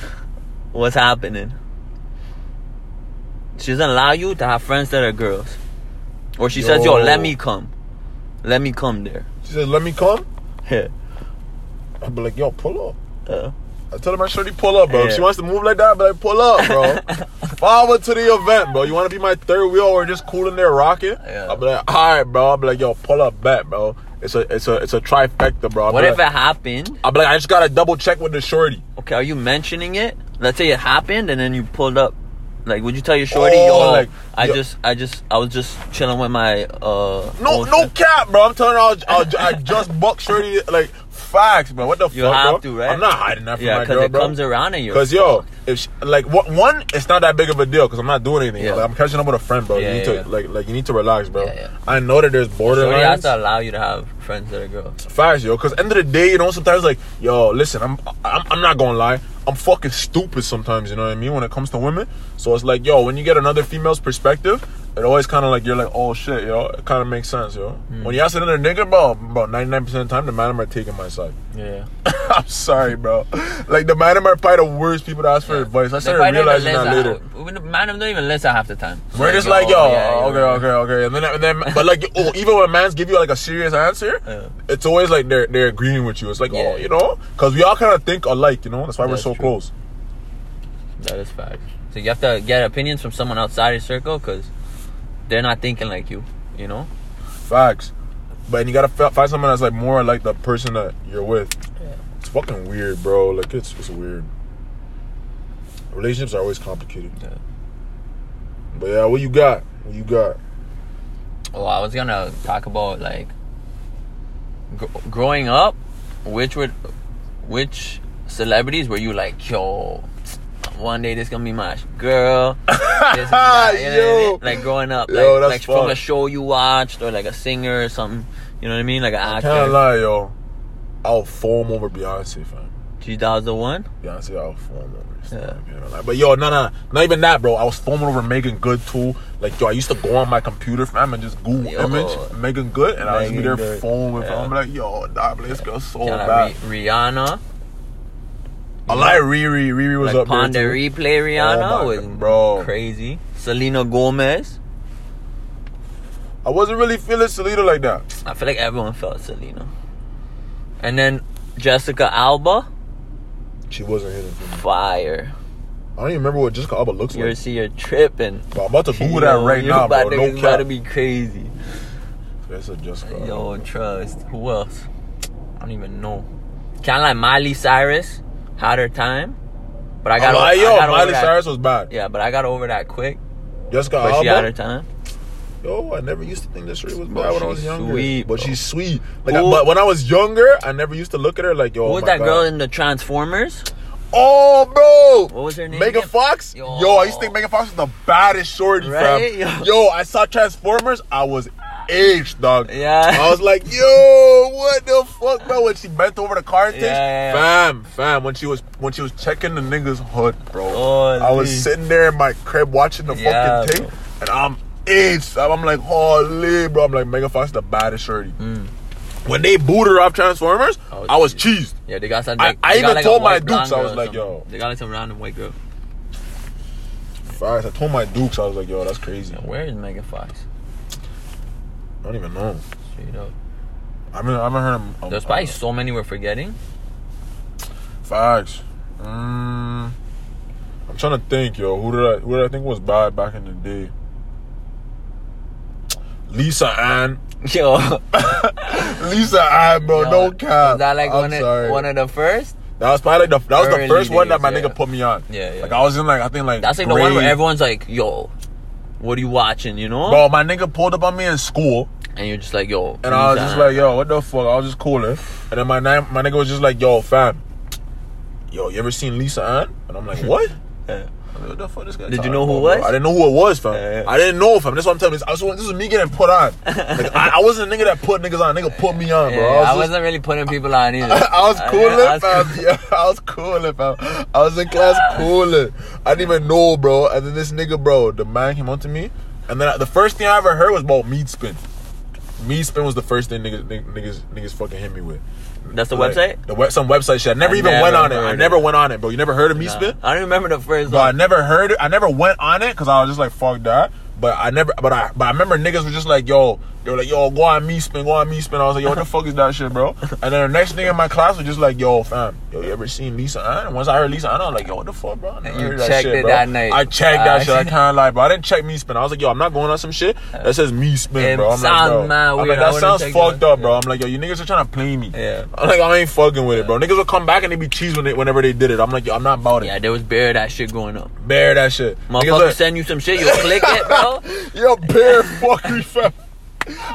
Speaker 2: What's happening? She doesn't allow you to have friends that are girls. Or she says, yo,
Speaker 1: Yo.
Speaker 2: let me come. Let me come there.
Speaker 1: She said, let me come.
Speaker 2: Yeah.
Speaker 1: I'd be like, yo, pull up.
Speaker 2: Uh,
Speaker 1: I tell her my shorty, pull up, bro. If
Speaker 2: Yeah.
Speaker 1: she wants to move like that, but like, pull up, bro. Forward to the event, bro. You want to be my third wheel or just cool in there rocking?
Speaker 2: Yeah.
Speaker 1: I'll be like, all right, bro. I'll be like, yo, pull up back, bro. It's a, it's a, it's a trifecta, bro. I'll
Speaker 2: what
Speaker 1: be
Speaker 2: if
Speaker 1: like,
Speaker 2: it happened?
Speaker 1: I'll be like, I just gotta double check with the shorty.
Speaker 2: Okay, are you mentioning it? Let's say it happened and then you pulled up. Like, would you tell your shorty,
Speaker 1: Oh,
Speaker 2: yo,
Speaker 1: like,
Speaker 2: I
Speaker 1: yo-
Speaker 2: just, I just, I was just chilling with my, uh.
Speaker 1: No, no
Speaker 2: old friend.
Speaker 1: cap, bro. I'm telling her I'll, I'll, I just buck shorty like facts, bro. What the
Speaker 2: You
Speaker 1: fuck,
Speaker 2: have
Speaker 1: bro?
Speaker 2: to, right?
Speaker 1: I'm not hiding that from
Speaker 2: Yeah,
Speaker 1: my girl,
Speaker 2: it
Speaker 1: bro.
Speaker 2: comes around and you're.
Speaker 1: Cause yo, if she, like what one, it's not that big of a deal because I'm not doing anything.
Speaker 2: Yeah.
Speaker 1: Like, I'm catching up with a friend, bro.
Speaker 2: Yeah,
Speaker 1: you need
Speaker 2: yeah.
Speaker 1: to like like you need to relax, bro.
Speaker 2: Yeah, yeah.
Speaker 1: I know that there's
Speaker 2: Shorty has
Speaker 1: borderlines.
Speaker 2: to allow you to have friends that are girls.
Speaker 1: Facts, yo. Cause end of the day, you know, sometimes like yo, listen, I'm, I'm I'm not gonna lie, I'm fucking stupid sometimes. You know what I mean when it comes to women. So it's like yo, when you get another female's perspective, it always kind of like you're like, oh shit, yo. It kind of makes sense, yo.
Speaker 2: Hmm.
Speaker 1: When you ask another nigga, bro, about 99 percent of the time, the man are taking my side.
Speaker 2: Yeah.
Speaker 1: I'm sorry, bro. Like the man are probably the worst people to ask for advice. I started realizing that later.
Speaker 2: Man, don't even listen half the time.
Speaker 1: We're just like, yo,
Speaker 2: oh, yeah, you're
Speaker 1: okay,
Speaker 2: right.
Speaker 1: okay, okay, and then, and then, but like, oh, even when mans give you like a serious answer,
Speaker 2: Yeah.
Speaker 1: it's always like they're they're agreeing with you. It's like,
Speaker 2: Yeah.
Speaker 1: oh, you know, because we all kind of think alike, you know. That's why
Speaker 2: That's
Speaker 1: we're so
Speaker 2: true.
Speaker 1: close.
Speaker 2: That is fact. So you have to get opinions from someone outside your circle because they're not thinking like you. You know.
Speaker 1: Facts, but you gotta f- find someone that's like more like the person that you're with.
Speaker 2: Yeah.
Speaker 1: It's fucking weird, bro. Like it's it's weird. Relationships are always complicated. But yeah, what you got? What you got?
Speaker 2: Oh, I was gonna talk about like gr- growing up, which would which celebrities were you like, yo, one day this gonna be my sh- girl. This and that, you know what I mean?
Speaker 1: Yo.
Speaker 2: Like growing up,
Speaker 1: Yo,
Speaker 2: like,
Speaker 1: that's
Speaker 2: like from
Speaker 1: fun.
Speaker 2: a show you watched or like a singer or something. You know what I mean? Like an
Speaker 1: Can't
Speaker 2: actor.
Speaker 1: lie, yo. I'll foam over Beyonce, fam.
Speaker 2: Two thousand one.
Speaker 1: Beyonce, I was foaming over. this
Speaker 2: Yeah.
Speaker 1: time, you know, like- but yo, no, no, not even that, bro. I was foaming over Megan Good too. Like yo, I used to go on my computer, fam, and just Google
Speaker 2: Yo.
Speaker 1: image Megan Good, and I used to be
Speaker 2: Megan
Speaker 1: there
Speaker 2: Good.
Speaker 1: foaming.
Speaker 2: Yeah.
Speaker 1: fam. I'm like, yo, nah, bro, this girl's so bad.
Speaker 2: Rihanna.
Speaker 1: I like Riri. Riri was
Speaker 2: like
Speaker 1: up there.
Speaker 2: Ponder
Speaker 1: too.
Speaker 2: Replay Rihanna
Speaker 1: Oh my
Speaker 2: was
Speaker 1: God, bro.
Speaker 2: crazy. Selena Gomez.
Speaker 1: I wasn't really feeling Salida like that.
Speaker 2: I feel like everyone felt Selena. And then Jessica Alba,
Speaker 1: She wasn't hitting for me.
Speaker 2: fire.
Speaker 1: I don't even remember what Jessica Alba looks
Speaker 2: You're
Speaker 1: like.
Speaker 2: see, you're tripping.
Speaker 1: But I'm about to Google that
Speaker 2: Yo,
Speaker 1: right
Speaker 2: you
Speaker 1: now, bro.
Speaker 2: about to-
Speaker 1: No
Speaker 2: it's about
Speaker 1: cap.
Speaker 2: to be crazy.
Speaker 1: That's a Jessica.
Speaker 2: Yo, trust. Who else? I don't even know. Kind of like Miley Cyrus had her time, but I got,
Speaker 1: I'm
Speaker 2: o-
Speaker 1: like,
Speaker 2: I
Speaker 1: Oh, yo,
Speaker 2: got over
Speaker 1: Miley
Speaker 2: that.
Speaker 1: Cyrus was bad.
Speaker 2: Yeah, but I got over that quick.
Speaker 1: Jessica
Speaker 2: But she had her
Speaker 1: Alba.
Speaker 2: time.
Speaker 1: Yo, I never used to think that shit was
Speaker 2: Bro,
Speaker 1: bad when I
Speaker 2: she's
Speaker 1: was younger.
Speaker 2: sweet,
Speaker 1: but
Speaker 2: bro.
Speaker 1: she's sweet. Like, I,
Speaker 2: Who-
Speaker 1: but when I was younger, I never used to look at her like, yo.
Speaker 2: Who
Speaker 1: oh
Speaker 2: was
Speaker 1: my
Speaker 2: that
Speaker 1: God.
Speaker 2: girl in the Transformers?
Speaker 1: Oh, bro.
Speaker 2: What was her name
Speaker 1: Megan
Speaker 2: again?
Speaker 1: Fox? Yo.
Speaker 2: Yo.
Speaker 1: I used to think Megan Fox was the baddest shorty,
Speaker 2: Right?
Speaker 1: fam.
Speaker 2: Yo.
Speaker 1: Yo. I saw Transformers. I was aged, dog.
Speaker 2: Yeah.
Speaker 1: I was like, yo, what the fuck, bro? When she bent over the car and things,
Speaker 2: Yeah, yeah,
Speaker 1: fam, fam. When she was when she was checking the niggas hood, bro.
Speaker 2: Holy.
Speaker 1: I was sitting there in my crib watching the
Speaker 2: Yeah,
Speaker 1: fucking thing, and I'm aged. fam. I'm like, holy, bro. I'm like, Megan Fox the baddest shorty.
Speaker 2: Mm.
Speaker 1: When they booed her off Transformers,
Speaker 2: Oh,
Speaker 1: I was
Speaker 2: jeez.
Speaker 1: cheesed.
Speaker 2: Yeah, they got some.
Speaker 1: I-
Speaker 2: they
Speaker 1: I
Speaker 2: got
Speaker 1: even
Speaker 2: a
Speaker 1: told my
Speaker 2: white blonde
Speaker 1: dukes, I
Speaker 2: girl
Speaker 1: was
Speaker 2: or
Speaker 1: like,
Speaker 2: something.
Speaker 1: yo.
Speaker 2: They got like some random white girl.
Speaker 1: Facts. I told my Dukes, I was like, yo, that's crazy.
Speaker 2: Now, where is Megan Fox?
Speaker 1: I don't even know.
Speaker 2: Straight up.
Speaker 1: I mean, I haven't heard um, uh, him.
Speaker 2: There's probably so many we're forgetting.
Speaker 1: Facts. Mm, I'm trying to think, yo. Who did I who did I think was bad back in the day? Lisa Ann.
Speaker 2: Yo.
Speaker 1: Lisa Ann, bro.
Speaker 2: yo,
Speaker 1: no cap.
Speaker 2: Was that like
Speaker 1: I'm
Speaker 2: one
Speaker 1: sorry.
Speaker 2: of, one of the first?
Speaker 1: that was probably like the that was the
Speaker 2: Early
Speaker 1: first one that my
Speaker 2: days, yeah.
Speaker 1: nigga put me on.
Speaker 2: Yeah, yeah.
Speaker 1: Like I was in like I think like
Speaker 2: That's like the one where
Speaker 1: grade-
Speaker 2: everyone's like, yo, what are you watching? You know?
Speaker 1: Bro, my nigga pulled up on me in school,
Speaker 2: And you're just like, yo.
Speaker 1: and I was
Speaker 2: Lisa
Speaker 1: just
Speaker 2: Ann.
Speaker 1: like, "Yo, what the fuck?" I was just cooling, and then my name, my nigga was just like, "Yo, fam, yo, you ever seen Lisa Ann?" And I'm like, "What?"
Speaker 2: Yeah.
Speaker 1: I'm like, what the fuck this guy
Speaker 2: Did you
Speaker 1: talking
Speaker 2: know who
Speaker 1: about,
Speaker 2: it
Speaker 1: bro?
Speaker 2: was?
Speaker 1: I didn't know who it was, fam.
Speaker 2: Yeah, yeah.
Speaker 1: I didn't know, fam. That's what I'm telling you. I was, this is me getting put on. Like, I, I wasn't a nigga that put niggas on. Nigga put me on,
Speaker 2: Yeah,
Speaker 1: bro.
Speaker 2: I,
Speaker 1: I was,
Speaker 2: was
Speaker 1: just-
Speaker 2: not really putting people on either.
Speaker 1: I was
Speaker 2: I-
Speaker 1: cooling,
Speaker 2: I was
Speaker 1: fam. Yeah, I was cooling, fam. I was in class cooling. I didn't even know, bro. And then this nigga, bro, the man came up to me, and then I, the first thing I ever heard was about meat spin. Meat spin was the first thing niggas, niggas, niggas fucking hit me with.
Speaker 2: That's the
Speaker 1: Like,
Speaker 2: website?
Speaker 1: The web, some website shit. I never
Speaker 2: I
Speaker 1: even
Speaker 2: never
Speaker 1: went on it. I
Speaker 2: heard
Speaker 1: never
Speaker 2: it.
Speaker 1: went on it, bro. You never heard of meat
Speaker 2: Nah,
Speaker 1: spin?
Speaker 2: I don't remember the first
Speaker 1: But I
Speaker 2: one.
Speaker 1: never heard it. I never went on it because I was just like, fuck that. But I never, but I, but I remember niggas were just like, yo, they were like, yo, go on me spin, go on me spin. I was like, yo, what the fuck is that shit, bro? And then the next nigga in my class was just like, yo, fam, yo, you ever seen Lisa Ann? And once I heard Lisa Ann, I was like, yo, what the fuck, bro? I never
Speaker 2: And you
Speaker 1: heard that
Speaker 2: checked
Speaker 1: shit,
Speaker 2: it
Speaker 1: bro.
Speaker 2: that night.
Speaker 1: I checked that
Speaker 2: Ah.
Speaker 1: shit. I can't lie, bro. I didn't check me spin. I was like, yo, I'm not going on some shit that says me spin,
Speaker 2: It
Speaker 1: bro. I'm like,
Speaker 2: sound
Speaker 1: bro.
Speaker 2: mad
Speaker 1: I'm like,
Speaker 2: weird. I
Speaker 1: that
Speaker 2: wouldn't
Speaker 1: sounds
Speaker 2: check
Speaker 1: fucked
Speaker 2: it.
Speaker 1: up, bro. I'm like, yo, you niggas are trying to play me.
Speaker 2: Yeah.
Speaker 1: I'm like, I ain't fucking with it, bro. Niggas will come back and they be cheese when they, whenever they did it. I'm like, yo, I'm not about it.
Speaker 2: Yeah, there was bare that shit going up.
Speaker 1: Bear that shit. Niggas
Speaker 2: Motherfucker
Speaker 1: look,
Speaker 2: send you some shit, you click it, bro.
Speaker 1: Yo, bear fuckery fam.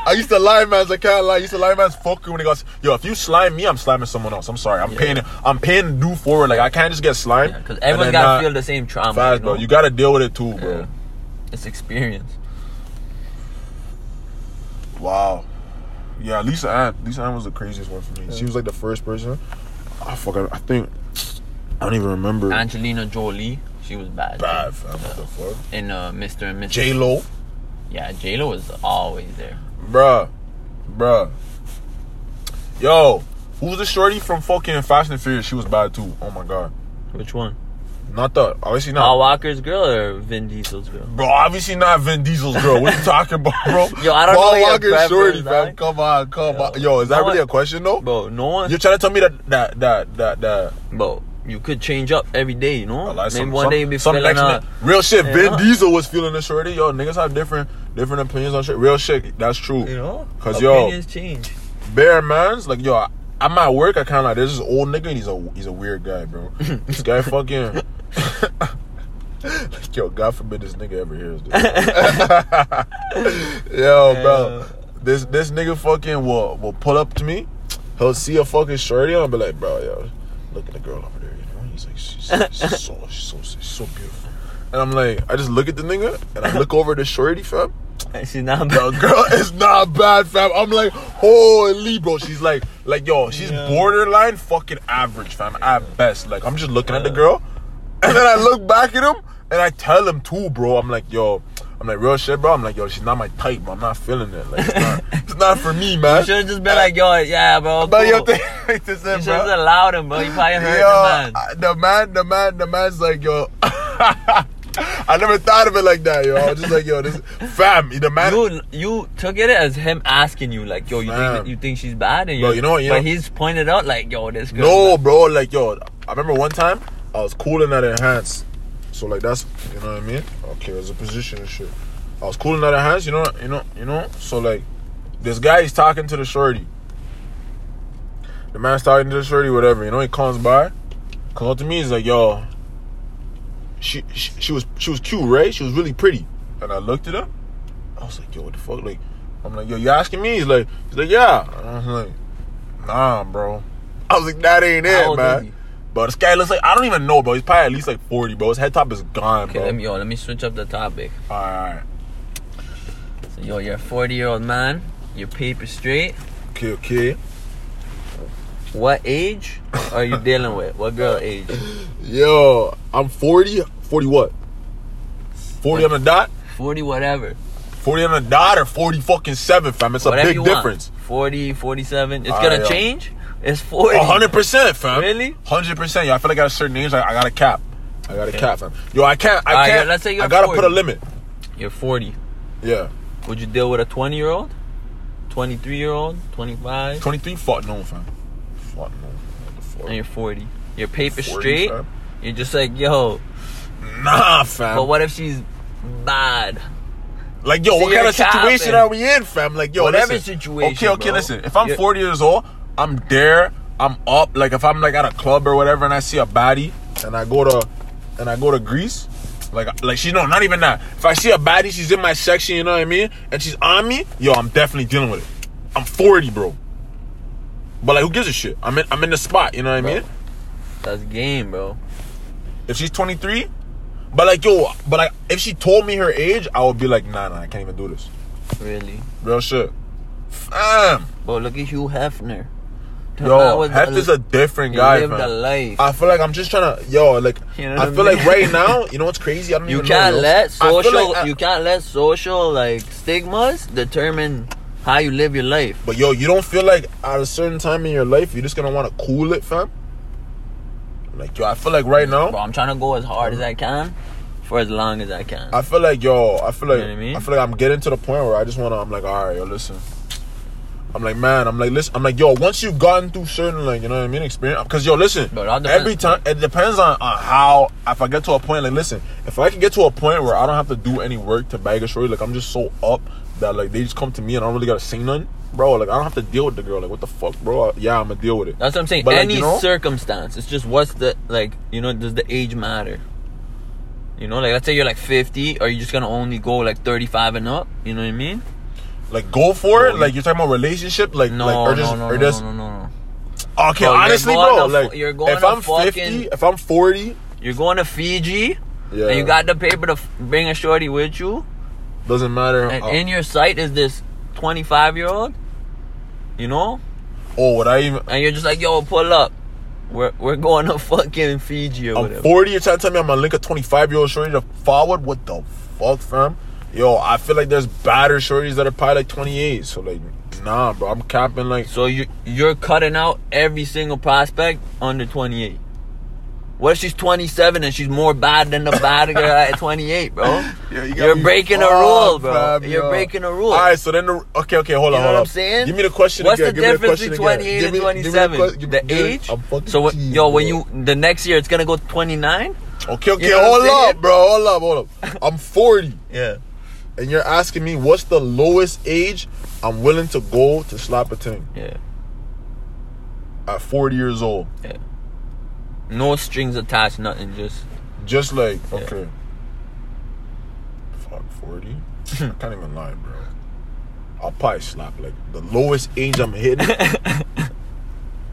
Speaker 1: I used to lie, man. I can't lie. I used to lie, man's fuckery when he goes, yo, if you slime me, I'm sliming someone else. I'm sorry. I'm paying I'm paying due forward. Like I can't just get slimed.
Speaker 2: Because
Speaker 1: and
Speaker 2: everyone's
Speaker 1: then
Speaker 2: gotta
Speaker 1: not-
Speaker 2: feel the same trauma.
Speaker 1: Facts,
Speaker 2: you
Speaker 1: bro.
Speaker 2: know?
Speaker 1: You gotta deal with it too, bro.
Speaker 2: Yeah. It's experience.
Speaker 1: Wow. Yeah, Lisa Ann. Lisa Ann was the craziest one for me. She was like the first person. I fucking I think I don't even remember.
Speaker 2: Angelina Jolie, she was bad.
Speaker 1: Bad fam. What the fuck?
Speaker 2: In uh, Mr. and Mrs.
Speaker 1: J Lo.
Speaker 2: yeah, J Lo was always there.
Speaker 1: Bruh. Bruh. Yo, who was the shorty from fucking Fast and Furious? She was bad too. Oh my god.
Speaker 2: Which one?
Speaker 1: Not the obviously
Speaker 2: Paul
Speaker 1: not.
Speaker 2: Walker's girl or Vin Diesel's girl?
Speaker 1: Bro, obviously not Vin Diesel's girl. What you talking about, bro?
Speaker 2: Yo, I don't
Speaker 1: Paul
Speaker 2: know your
Speaker 1: Walker's
Speaker 2: preference,
Speaker 1: shorty, fam.
Speaker 2: dog.
Speaker 1: Come on, come
Speaker 2: Yo,
Speaker 1: on. Yo, is that
Speaker 2: you know
Speaker 1: really a
Speaker 2: what?
Speaker 1: question though?
Speaker 2: Bro, no one.
Speaker 1: You're trying to tell me that that that that that
Speaker 2: bro, you could change up every day, you know.
Speaker 1: I like
Speaker 2: Maybe
Speaker 1: some-
Speaker 2: one
Speaker 1: some-
Speaker 2: day you be
Speaker 1: some
Speaker 2: feeling
Speaker 1: next
Speaker 2: uh,
Speaker 1: ni- real shit.
Speaker 2: you
Speaker 1: Vin
Speaker 2: know?
Speaker 1: Diesel was feeling the shorty. Yo, niggas have different different opinions on shit. Real shit. That's true.
Speaker 2: you know,
Speaker 1: Cause yo,
Speaker 2: opinions change.
Speaker 1: bare man's like yo. I, I'm at work. I kind of like there's this old nigga and he's a he's a weird guy, bro. this guy fucking. like, yo, God forbid this nigga ever hears this. yo, bro, this this nigga fucking will will pull up to me. He'll see a fucking shorty on and be like, bro, yo, look at the girl over there. You know, he's like, she's, she's so she's so she's so beautiful. And I'm like, I just look at the nigga and I look over at the shorty, fam.
Speaker 2: She's not
Speaker 1: Yo,
Speaker 2: bad.
Speaker 1: girl, it's not bad, fam. I'm like, holy, bro. She's like, like, yo, she's
Speaker 2: Yeah.
Speaker 1: borderline fucking average, fam. At best, like, I'm just looking at the girl, and then I look back at him, and I tell him too, bro. I'm like, yo, I'm like, real shit, bro. I'm like, yo, she's not my type, bro. I'm not feeling it. Like, it's not, it's not for me, man.
Speaker 2: Should have just been like, yo, yeah, bro.
Speaker 1: but yo,
Speaker 2: cool.
Speaker 1: think this
Speaker 2: You
Speaker 1: in,
Speaker 2: should have
Speaker 1: bro.
Speaker 2: allowed him, bro. You probably heard
Speaker 1: Yo,
Speaker 2: the man.
Speaker 1: I- the man, the man, the man's like, yo. I never thought of it like that, yo. I was just like, yo, this fam. The man,
Speaker 2: You you took it as him asking you, like, yo, you
Speaker 1: Fam.
Speaker 2: think you think she's bad, and
Speaker 1: Bro,
Speaker 2: you're-
Speaker 1: you know what, you
Speaker 2: but
Speaker 1: know-
Speaker 2: he's pointed out, like, yo, this girl.
Speaker 1: No, bro. Like, yo, I remember one time I was cooling at enhance. So like that's you know what I mean. Okay, there's a position and shit. I was cooling at enhance. You know, you know, you know. So like, this guy is talking to the shorty. The man's talking to the shorty, whatever. You know, he comes by, comes up to me. He's like, yo. She, she she was she was cute, right? She was really pretty. And I looked at her. I was like, yo, what the fuck? Like, I'm like, yo, you asking me? He's like, he's like, yeah. And I was like, nah, bro. I was like, that ain't
Speaker 2: How
Speaker 1: it,
Speaker 2: old is
Speaker 1: man.
Speaker 2: he?
Speaker 1: But this guy looks like I don't even know, bro. He's probably at least like 40, bro. His head top is gone,
Speaker 2: Okay,
Speaker 1: bro.
Speaker 2: let me, yo, let me switch up the topic.
Speaker 1: all right, all right.
Speaker 2: So, yo, you're a 40 year old man. Your paper straight.
Speaker 1: Okay, okay.
Speaker 2: What age are you dealing with? What girl age?
Speaker 1: Yo, I'm 40. 40 what? 40 on the dot?
Speaker 2: 40, whatever.
Speaker 1: 40 on the dot or 40 fucking 7, fam? It's a
Speaker 2: whatever
Speaker 1: big
Speaker 2: you want.
Speaker 1: difference.
Speaker 2: 40, 47. It's
Speaker 1: All
Speaker 2: gonna
Speaker 1: right, yo.
Speaker 2: change. It's 40.
Speaker 1: 100%, fam.
Speaker 2: Really?
Speaker 1: 100%. Yo, I feel like at a certain age, like, I got a cap. I got a cap, fam. Yo, I can't. I
Speaker 2: All right,
Speaker 1: can't.
Speaker 2: yo, let's say you're
Speaker 1: I gotta
Speaker 2: 40.
Speaker 1: put a limit.
Speaker 2: You're 40.
Speaker 1: Yeah.
Speaker 2: Would you deal with a 20 year old? 23 year old? 25?
Speaker 1: 23? Fuck no, fam. Fuck no. What the fuck?
Speaker 2: And you're 40. Your
Speaker 1: 40,
Speaker 2: paper straight.
Speaker 1: fam? Um,
Speaker 2: You're just like, yo,
Speaker 1: Nah, fam.
Speaker 2: but what if she's bad?
Speaker 1: Like, yo,
Speaker 2: See,
Speaker 1: what kind
Speaker 2: you're
Speaker 1: of situation
Speaker 2: capping.
Speaker 1: are we in, fam? Like, yo,
Speaker 2: Whatever
Speaker 1: listen.
Speaker 2: situation,
Speaker 1: Okay, okay,
Speaker 2: bro.
Speaker 1: listen. If I'm
Speaker 2: You're-
Speaker 1: 40 years old, I'm there, I'm up. Like, if I'm like at a club or whatever, and I see a baddie, and I go to, and I go to Greece, like, like she no, not even that. If I see a baddie, she's in my section, you know what I mean, and she's on me, yo, I'm definitely dealing with it. I'm 40, bro. But like, who gives a shit? I'm in, I'm in the spot, you know what I mean.
Speaker 2: That's game, bro.
Speaker 1: If she's 23, but like, yo, but like, if she told me her age, I would be like, nah, nah, I can't even do this.
Speaker 2: Really.
Speaker 1: Real shit. Fam.
Speaker 2: Bro, look at Hugh Hefner. The man
Speaker 1: Yo,
Speaker 2: was
Speaker 1: Hef is a different
Speaker 2: he
Speaker 1: guy,
Speaker 2: lived a
Speaker 1: man.
Speaker 2: life.
Speaker 1: I feel like I'm just trying to, yo, like,
Speaker 2: You know
Speaker 1: I
Speaker 2: what I
Speaker 1: feel
Speaker 2: mean?
Speaker 1: like right now, you know what's crazy? I don't
Speaker 2: you
Speaker 1: even know,
Speaker 2: can't
Speaker 1: yo.
Speaker 2: let
Speaker 1: I feel
Speaker 2: social
Speaker 1: like I-
Speaker 2: you can't let social like stigmas determine how you live your life.
Speaker 1: But yo, you don't feel like at a certain time in your life, you're just gonna want to cool it, fam. Like yo, I feel like right
Speaker 2: Bro,
Speaker 1: now,
Speaker 2: I'm trying to go as hard
Speaker 1: Uh-huh.
Speaker 2: as I can for as long as I can.
Speaker 1: I feel like yo, I feel like
Speaker 2: know what I
Speaker 1: I,
Speaker 2: mean?
Speaker 1: feel like I'm getting to the point where I just wanna. I'm like, all right, yo, listen. I'm like, man, I'm like, listen, I'm like, yo, once you've gotten through certain, like, you know what I mean, experience, because yo, listen,
Speaker 2: Bro, it all depends.
Speaker 1: every time it depends on, on how. If I get to a point, like, listen, if I can get to a point where I don't have to do any work to bag a shorty, like, I'm just so up that like they just come to me and I don't really gotta say nothing, bro. Like, I don't have to deal with the girl. Like, what the fuck, bro? Yeah, I'm gonna deal with it.
Speaker 2: That's what I'm saying.
Speaker 1: But, like,
Speaker 2: Any
Speaker 1: you know-
Speaker 2: circumstance. It's just what's the like you know, does the age matter? You know, like let's say you're like fifty, are you just gonna only go like thirty five and up? You know what I mean?
Speaker 1: Like, go for it.
Speaker 2: Bro,
Speaker 1: Like, you're talking about relationship, like,
Speaker 2: No,
Speaker 1: like, or just,
Speaker 2: no, no,
Speaker 1: or
Speaker 2: no,
Speaker 1: just,
Speaker 2: no, no, no.
Speaker 1: okay,
Speaker 2: Bro, you're
Speaker 1: honestly,
Speaker 2: going
Speaker 1: bro,
Speaker 2: to
Speaker 1: like,
Speaker 2: fu- you're going
Speaker 1: if
Speaker 2: to
Speaker 1: I'm fifty,
Speaker 2: fucking-
Speaker 1: if I'm forty,
Speaker 2: You're going to Fiji
Speaker 1: yeah,
Speaker 2: and you got the paper to f- bring a shorty with you
Speaker 1: doesn't matter.
Speaker 2: and
Speaker 1: uh,
Speaker 2: in your sight is this twenty five year old, you know?
Speaker 1: oh, would I even?
Speaker 2: And you're just like, yo, pull up. We're we're going to fucking Fiji or
Speaker 1: I'm
Speaker 2: whatever.
Speaker 1: 40. You're trying to tell me I'm gonna link a 25 year old shorty to forward? What the fuck, fam? Yo, I feel like there's badder shorties that are probably like 28. So like, nah, bro. I'm capping like,
Speaker 2: So you you're cutting out every single prospect under 28. What if she's 27 and she's more bad than the bad girl at 28, bro?
Speaker 1: Yo, you got
Speaker 2: You're
Speaker 1: me
Speaker 2: breaking a
Speaker 1: fucked,
Speaker 2: rule, bro.
Speaker 1: fam,
Speaker 2: You're
Speaker 1: yo.
Speaker 2: breaking a rule.
Speaker 1: all right. So then, the, okay, okay, hold on,
Speaker 2: You know
Speaker 1: hold
Speaker 2: what
Speaker 1: on.
Speaker 2: I'm saying?
Speaker 1: Give me the question
Speaker 2: What's the
Speaker 1: again. give me the
Speaker 2: difference
Speaker 1: question
Speaker 2: between 28
Speaker 1: again.
Speaker 2: and
Speaker 1: Give me- give me
Speaker 2: 27?
Speaker 1: que- give me-
Speaker 2: the
Speaker 1: give me-
Speaker 2: age.
Speaker 1: I'm fucking
Speaker 2: So what,
Speaker 1: cheating,
Speaker 2: yo, when
Speaker 1: bro.
Speaker 2: you the next year it's gonna go 29.
Speaker 1: Okay, okay,
Speaker 2: You know what
Speaker 1: hold
Speaker 2: I'm
Speaker 1: up,
Speaker 2: saying?
Speaker 1: bro. Hold up, hold up. I'm 40,
Speaker 2: Yeah.
Speaker 1: and you're asking me what's the lowest age I'm willing to go to slap a ting
Speaker 2: Yeah.
Speaker 1: at 40 years old.
Speaker 2: No strings attached, nothing. Just
Speaker 1: Just like okay, forty. I can't even lie, bro. I'll probably slap like the lowest age I'm hitting.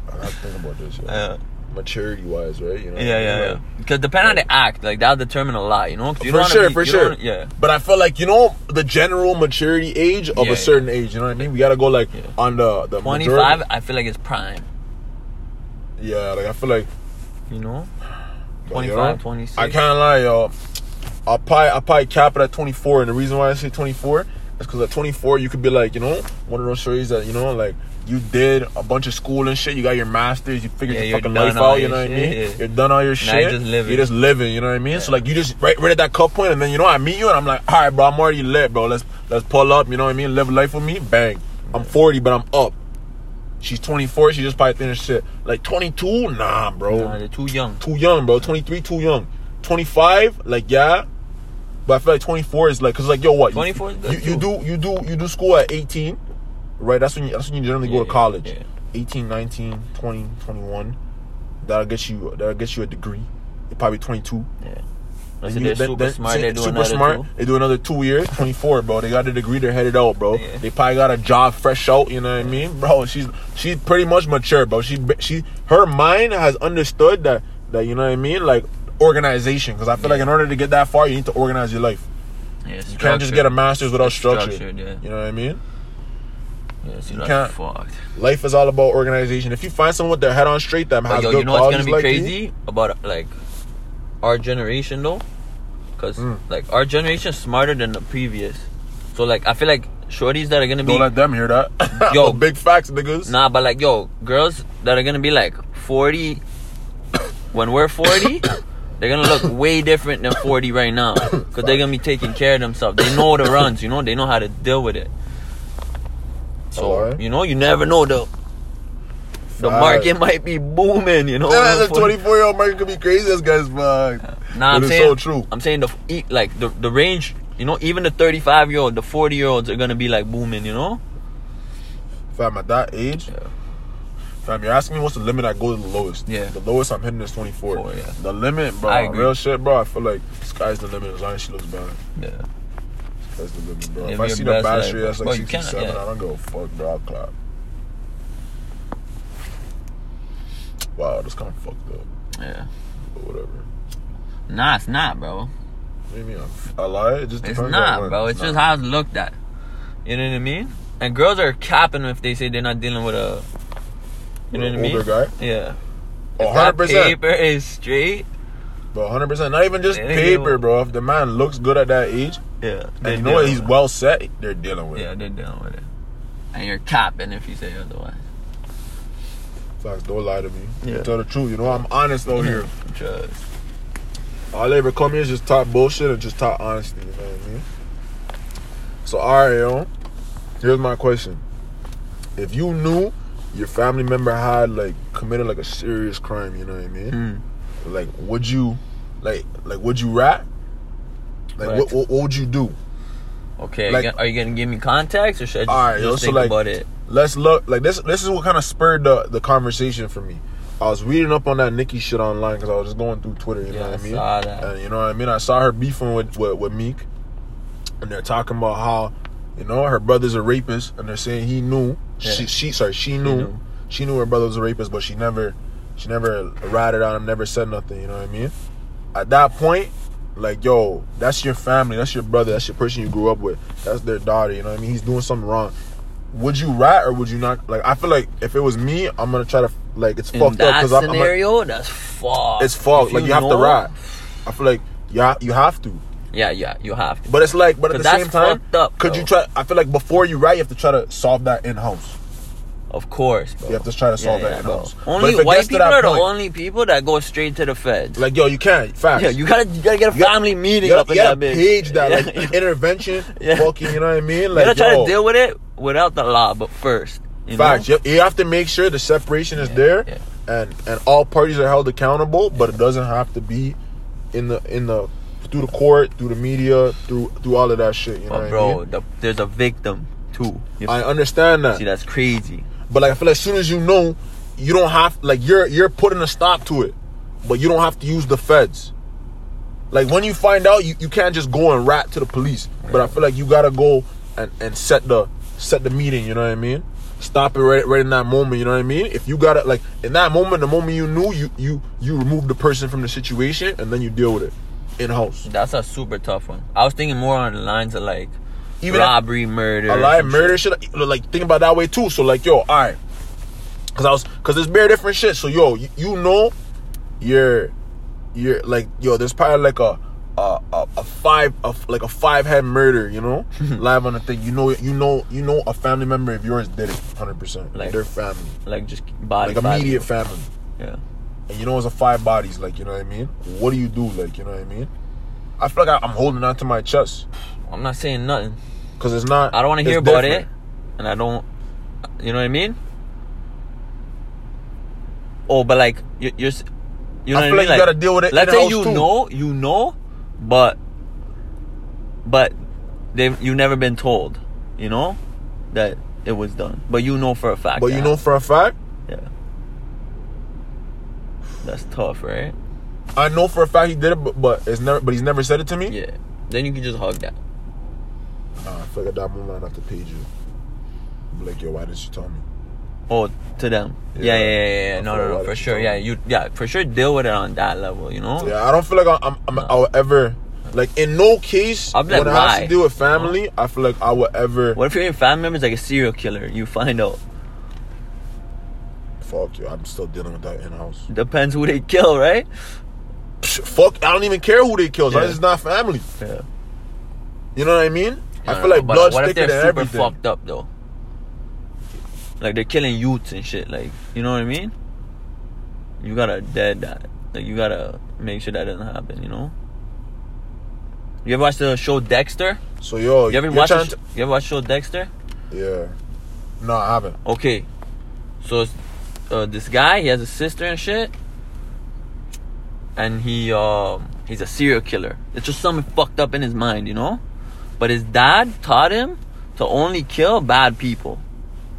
Speaker 1: I gotta think about this. yo.
Speaker 2: Yeah.
Speaker 1: Maturity wise, right? You know what I
Speaker 2: uh, Yeah,
Speaker 1: mean?
Speaker 2: yeah,
Speaker 1: Like,
Speaker 2: yeah. Because depending on the act, like that'll determine a lot, you know. 'Cause you
Speaker 1: for
Speaker 2: don't wanna
Speaker 1: sure,
Speaker 2: be-
Speaker 1: for
Speaker 2: you
Speaker 1: sure.
Speaker 2: don't- Yeah.
Speaker 1: But I feel like you know the general maturity age of
Speaker 2: Yeah, yeah.
Speaker 1: a certain age. You know what I mean? We gotta go like
Speaker 2: Yeah.
Speaker 1: on the the
Speaker 2: Twenty
Speaker 1: majority-
Speaker 2: five, I feel like it's prime.
Speaker 1: Yeah, like I feel like
Speaker 2: You know.
Speaker 1: But, yo,
Speaker 2: 25, 26.
Speaker 1: I can't lie, y'all. I'll probably, I'll probably cap it at 24. And the reason why I say 24 is because at 24, you could be like, you know, one of those stories that, you know, like, you did a bunch of school and shit. You got your master's. You figured
Speaker 2: Yeah,
Speaker 1: your
Speaker 2: you're
Speaker 1: fucking
Speaker 2: done
Speaker 1: life
Speaker 2: all
Speaker 1: out. You
Speaker 2: your
Speaker 1: know what I
Speaker 2: shit,
Speaker 1: mean?
Speaker 2: yeah.
Speaker 1: You're done all your shit.
Speaker 2: Now you're just living.
Speaker 1: You're just living. You know what I mean? So, like, you just right, right at that cut point, And then, you know, I meet you and I'm like, all right, bro, I'm already lit, bro. Let's, let's pull up. You know what I mean? Live life with me. Bang. I'm 40, but I'm up. She's 24. She just probably finished shit. Like 22? Nah, bro
Speaker 2: Nah, they're too young.
Speaker 1: too young, bro. 23, too young. 25, like yeah, but I feel like 24 is like, cause like yo, what? You-
Speaker 2: 24 is good,
Speaker 1: You, you
Speaker 2: too.
Speaker 1: do you do you do school at 18, right? That's when you, that's when you generally
Speaker 2: Yeah,
Speaker 1: go to
Speaker 2: yeah,
Speaker 1: college.
Speaker 2: yeah.
Speaker 1: 18, 19, 20, 21. That'll get you that'll get you a degree. You're probably 22.
Speaker 2: Yeah.
Speaker 1: And
Speaker 2: Unless
Speaker 1: you-
Speaker 2: they're
Speaker 1: then-
Speaker 2: super
Speaker 1: then-
Speaker 2: smart,
Speaker 1: say-
Speaker 2: they do
Speaker 1: super
Speaker 2: another
Speaker 1: smart.
Speaker 2: two.
Speaker 1: They do another two years, 24, bro. They got a degree, they're headed out, bro.
Speaker 2: Yeah.
Speaker 1: They probably got a job fresh out. You know what I mean, bro? She's she's pretty much mature, bro. She she her mind has understood that that you know what I mean, like organization. Because I feel like in order to get that far, you need to organize your life.
Speaker 2: Yeah,
Speaker 1: You can't just get a master's without structure.
Speaker 2: Structured, yeah.
Speaker 1: You know what I mean?
Speaker 2: Yeah, so
Speaker 1: you
Speaker 2: like,
Speaker 1: can't-
Speaker 2: fucked.
Speaker 1: Life is all about organization. If you find someone with their head on straight, that
Speaker 2: But
Speaker 1: has
Speaker 2: yo,
Speaker 1: good
Speaker 2: you know what's gonna
Speaker 1: qualities
Speaker 2: be
Speaker 1: like you-
Speaker 2: crazy about like our generation though, because
Speaker 1: Mm.
Speaker 2: like our generation's smarter than the previous. So like I feel like shorties that are gonna be
Speaker 1: Don't let them hear that.
Speaker 2: Yo.
Speaker 1: big facts, niggas.
Speaker 2: nah, but like yo, girls that are gonna be like forty when we're forty. They're gonna look way different than 40 right now, cause they're gonna be taking care of themselves. They know the runs, you know. They know how to deal with it. So
Speaker 1: Alright.
Speaker 2: you know, you never know the the
Speaker 1: Facts.
Speaker 2: market might be booming. You know,
Speaker 1: Yeah, the
Speaker 2: 40
Speaker 1: 24 year old market could be crazy. This guy's fucked.
Speaker 2: Nah,
Speaker 1: But
Speaker 2: I'm
Speaker 1: it's
Speaker 2: saying,
Speaker 1: so true.
Speaker 2: I'm saying the f- e- like the the range. You know, even the 35 year old, the 40 year olds are gonna be like booming. You know,
Speaker 1: Fam, at that age,
Speaker 2: Yeah.
Speaker 1: fam, you're asking me what's the limit I go to the lowest.
Speaker 2: Yeah.
Speaker 1: The lowest I'm hitting is 24.
Speaker 2: Four, yeah.
Speaker 1: The limit, bro.
Speaker 2: I agree.
Speaker 1: Real shit, bro. I feel like sky's the limit as long as she looks bad.
Speaker 2: yeah,
Speaker 1: That's the limit, bro.
Speaker 2: Live
Speaker 1: if I
Speaker 2: your
Speaker 1: see the
Speaker 2: best
Speaker 1: bad
Speaker 2: life,
Speaker 1: shit
Speaker 2: bro.
Speaker 1: that's like
Speaker 2: Well, you can't,
Speaker 1: 67,
Speaker 2: yeah.
Speaker 1: I don't give a fuck, bro. I'll clap. Wow, that's kind of fucked up.
Speaker 2: yeah.
Speaker 1: But whatever.
Speaker 2: Nah, it's not, bro.
Speaker 1: What do you mean? I'm- I lie? It just
Speaker 2: It's
Speaker 1: depends on
Speaker 2: not,
Speaker 1: when.
Speaker 2: bro. It's just
Speaker 1: not.
Speaker 2: how it's looked at. You know what I mean? And girls are capping if they say they're not dealing with a. You know
Speaker 1: With
Speaker 2: what I
Speaker 1: an
Speaker 2: mean?
Speaker 1: older guy?
Speaker 2: Yeah.
Speaker 1: Oh,
Speaker 2: If that
Speaker 1: 100%.
Speaker 2: paper is straight.
Speaker 1: Bro, 100%. Not even just
Speaker 2: Yeah, they
Speaker 1: paper,
Speaker 2: do.
Speaker 1: bro. If the man looks good at that age,
Speaker 2: Yeah.
Speaker 1: and you know what? He's well set, they're dealing with it.
Speaker 2: Yeah, they're dealing with it. And you're capping if you say otherwise.
Speaker 1: Facts, don't lie to me.
Speaker 2: Yeah.
Speaker 1: Tell the truth, you know, I'm honest over here.
Speaker 2: Just.
Speaker 1: All they ever come here is just talk bullshit and just talk honesty, you know what I mean? So, alright, yo, here's my question. If you knew your family member had, like, committed, like, a serious crime, you know what I mean?
Speaker 2: Mm.
Speaker 1: Like, would you, like, like, would you rat? Like,
Speaker 2: Right.
Speaker 1: what, what, what would you do?
Speaker 2: Okay,
Speaker 1: Like-
Speaker 2: are you gonna give me contacts or should I just,
Speaker 1: Alright, yo,
Speaker 2: just
Speaker 1: so
Speaker 2: think
Speaker 1: like-
Speaker 2: about it?
Speaker 1: let's look like this this is what kind of spurred the, the conversation for me i was reading up on that nikki shit online because i was just going through twitter you
Speaker 2: Yeah,
Speaker 1: know what
Speaker 2: I
Speaker 1: i mean
Speaker 2: saw that.
Speaker 1: and you know what i mean i saw her beefing with, with with meek and they're talking about how you know her brother's a rapist and they're saying he knew she
Speaker 2: Yeah.
Speaker 1: she sorry she knew,
Speaker 2: knew.
Speaker 1: she knew her brother was a rapist but she never she never ratted on him never said nothing you know what i mean at that point like yo that's your family that's your brother that's your person you grew up with that's their daughter you know what i mean he's doing something wrong would you rat or would you not like i feel like if it was me i'm gonna try to like it's
Speaker 2: In
Speaker 1: fucked up
Speaker 2: that
Speaker 1: because i'm, I'm like,
Speaker 2: scenario, that's fucked.
Speaker 1: it's fucked
Speaker 2: If
Speaker 1: like you have to
Speaker 2: know-
Speaker 1: rat i feel like yeah you have to
Speaker 2: Yeah, yeah, you have to.
Speaker 1: but it's like but at the
Speaker 2: But that's
Speaker 1: same time
Speaker 2: fucked up,
Speaker 1: could
Speaker 2: though.
Speaker 1: you try i feel like before you rat you have to try to solve that in-house
Speaker 2: Of course, bro.
Speaker 1: you have to try to
Speaker 2: Yeah,
Speaker 1: solve
Speaker 2: yeah,
Speaker 1: that
Speaker 2: bro.
Speaker 1: in-house But if
Speaker 2: Only
Speaker 1: it
Speaker 2: white
Speaker 1: gets to
Speaker 2: people
Speaker 1: that
Speaker 2: are the
Speaker 1: point,
Speaker 2: only people that go straight to the feds.
Speaker 1: like yo you can't facts
Speaker 2: yeah, you gotta you gotta get a
Speaker 1: You gotta-
Speaker 2: family meeting
Speaker 1: you
Speaker 2: up in
Speaker 1: gotta
Speaker 2: that bitch.
Speaker 1: page that
Speaker 2: yeah.
Speaker 1: like intervention
Speaker 2: Yeah.
Speaker 1: fucking you know what i mean
Speaker 2: you
Speaker 1: like
Speaker 2: gotta try
Speaker 1: yo,
Speaker 2: to deal with it without the law, but first. You
Speaker 1: Facts.
Speaker 2: know?
Speaker 1: You you have to make sure the separation is
Speaker 2: Yeah,
Speaker 1: there,
Speaker 2: yeah.
Speaker 1: and and all parties are held accountable. But it doesn't have to be in the in the through the court, through the media, through through all of that shit. You know,
Speaker 2: But
Speaker 1: what
Speaker 2: bro,
Speaker 1: I, mean?
Speaker 2: the, there's a victim too. You
Speaker 1: I understand that,
Speaker 2: see, that's crazy.
Speaker 1: but like I feel like as soon as you know, you don't have like you're you're putting a stop to it, but you don't have to use the feds. Like when you find out, you, you can't just go and rat to the police. But I feel like you gotta go and, and set the set the meeting. You know what I mean? Stop it right right in that moment. You know what I mean? If you gotta like in that moment, the moment you knew, you you you remove the person from the situation and then you deal with it in house.
Speaker 2: That's a super tough one. I was thinking more on the lines of like
Speaker 1: Even-
Speaker 2: robbery, murder,
Speaker 1: a lot of
Speaker 2: some
Speaker 1: murder shit. like, Like think about it that way too. So like yo, all right, because I was because there's bare different shit. So yo, you, you know, you're you're like yo, there's probably like a a, a, a five a, like a five head murder. You know, live on the thing. You know you know you know a family member of yours did it, hundred percent. Like
Speaker 2: Like-
Speaker 1: their family,
Speaker 2: shit. like just body,
Speaker 1: like immediate family.
Speaker 2: Yeah,
Speaker 1: And you know it's a five bodies. Like you know what I mean. What do you do? Like you know what I mean. I feel like I, I'm holding on to my chest
Speaker 2: I'm not saying nothing.
Speaker 1: because it's not.
Speaker 2: I don't want to
Speaker 1: it's
Speaker 2: hear about
Speaker 1: different.
Speaker 2: it, and I don't. You know what I mean? Oh, but like you- you're, s- you know
Speaker 1: I
Speaker 2: what I
Speaker 1: feel
Speaker 2: mean?
Speaker 1: like you gotta deal with it
Speaker 2: Let's
Speaker 1: in
Speaker 2: say
Speaker 1: house
Speaker 2: you
Speaker 1: too.
Speaker 2: know, you know, but but they you never been told, you know, that it was done, but you know for a fact.
Speaker 1: But
Speaker 2: that
Speaker 1: you know for a fact,
Speaker 2: happened. yeah, that's tough, right?
Speaker 1: I know for a fact he did it, but, but it's never. But he's never said it to me.
Speaker 2: Yeah. Then you can just hug that.
Speaker 1: Nah, I feel like at that moment I'd have to page you. I'm like, yo, why didn't you tell me?
Speaker 2: Oh, to them.
Speaker 1: Yeah.
Speaker 2: Yeah, yeah, yeah, yeah.
Speaker 1: I
Speaker 2: yeah. No,
Speaker 1: forgot what
Speaker 2: no, no, for
Speaker 1: you
Speaker 2: sure.
Speaker 1: told
Speaker 2: Yeah,
Speaker 1: me.
Speaker 2: you, yeah, for sure. Deal with it on that level, you know.
Speaker 1: Yeah, I don't feel like I'm. I'm, I'm I would ever. Like in no case
Speaker 2: I'd be like,
Speaker 1: when I have to
Speaker 2: why?
Speaker 1: deal with family, I feel like I would ever
Speaker 2: What if your family member's like a serial killer? You find out.
Speaker 1: fuck you. I'm still dealing with that in house.
Speaker 2: Depends who they kill, right?
Speaker 1: Fuck, I don't even care who they kill.
Speaker 2: Yeah.
Speaker 1: That's just not family.
Speaker 2: Yeah.
Speaker 1: You know what I mean? I
Speaker 2: No,
Speaker 1: feel
Speaker 2: no,
Speaker 1: like
Speaker 2: but
Speaker 1: blood's
Speaker 2: What if
Speaker 1: thicker
Speaker 2: they're
Speaker 1: than
Speaker 2: super
Speaker 1: everything.
Speaker 2: fucked up though? Like they're killing youths and shit. Like you know what I mean? You gotta dead that. Like you gotta make sure that doesn't happen. You know. You ever watch the show Dexter?
Speaker 1: So yo,
Speaker 2: You ever
Speaker 1: Oh, you're
Speaker 2: watch? the
Speaker 1: trying
Speaker 2: sh- you ever watch the show Dexter?
Speaker 1: to- yeah. No, I haven't.
Speaker 2: Okay, so it's, uh, this guy he has a sister and shit, and he um he's a serial killer. It's just something fucked up in his mind, you know. But his dad taught him to only kill bad people,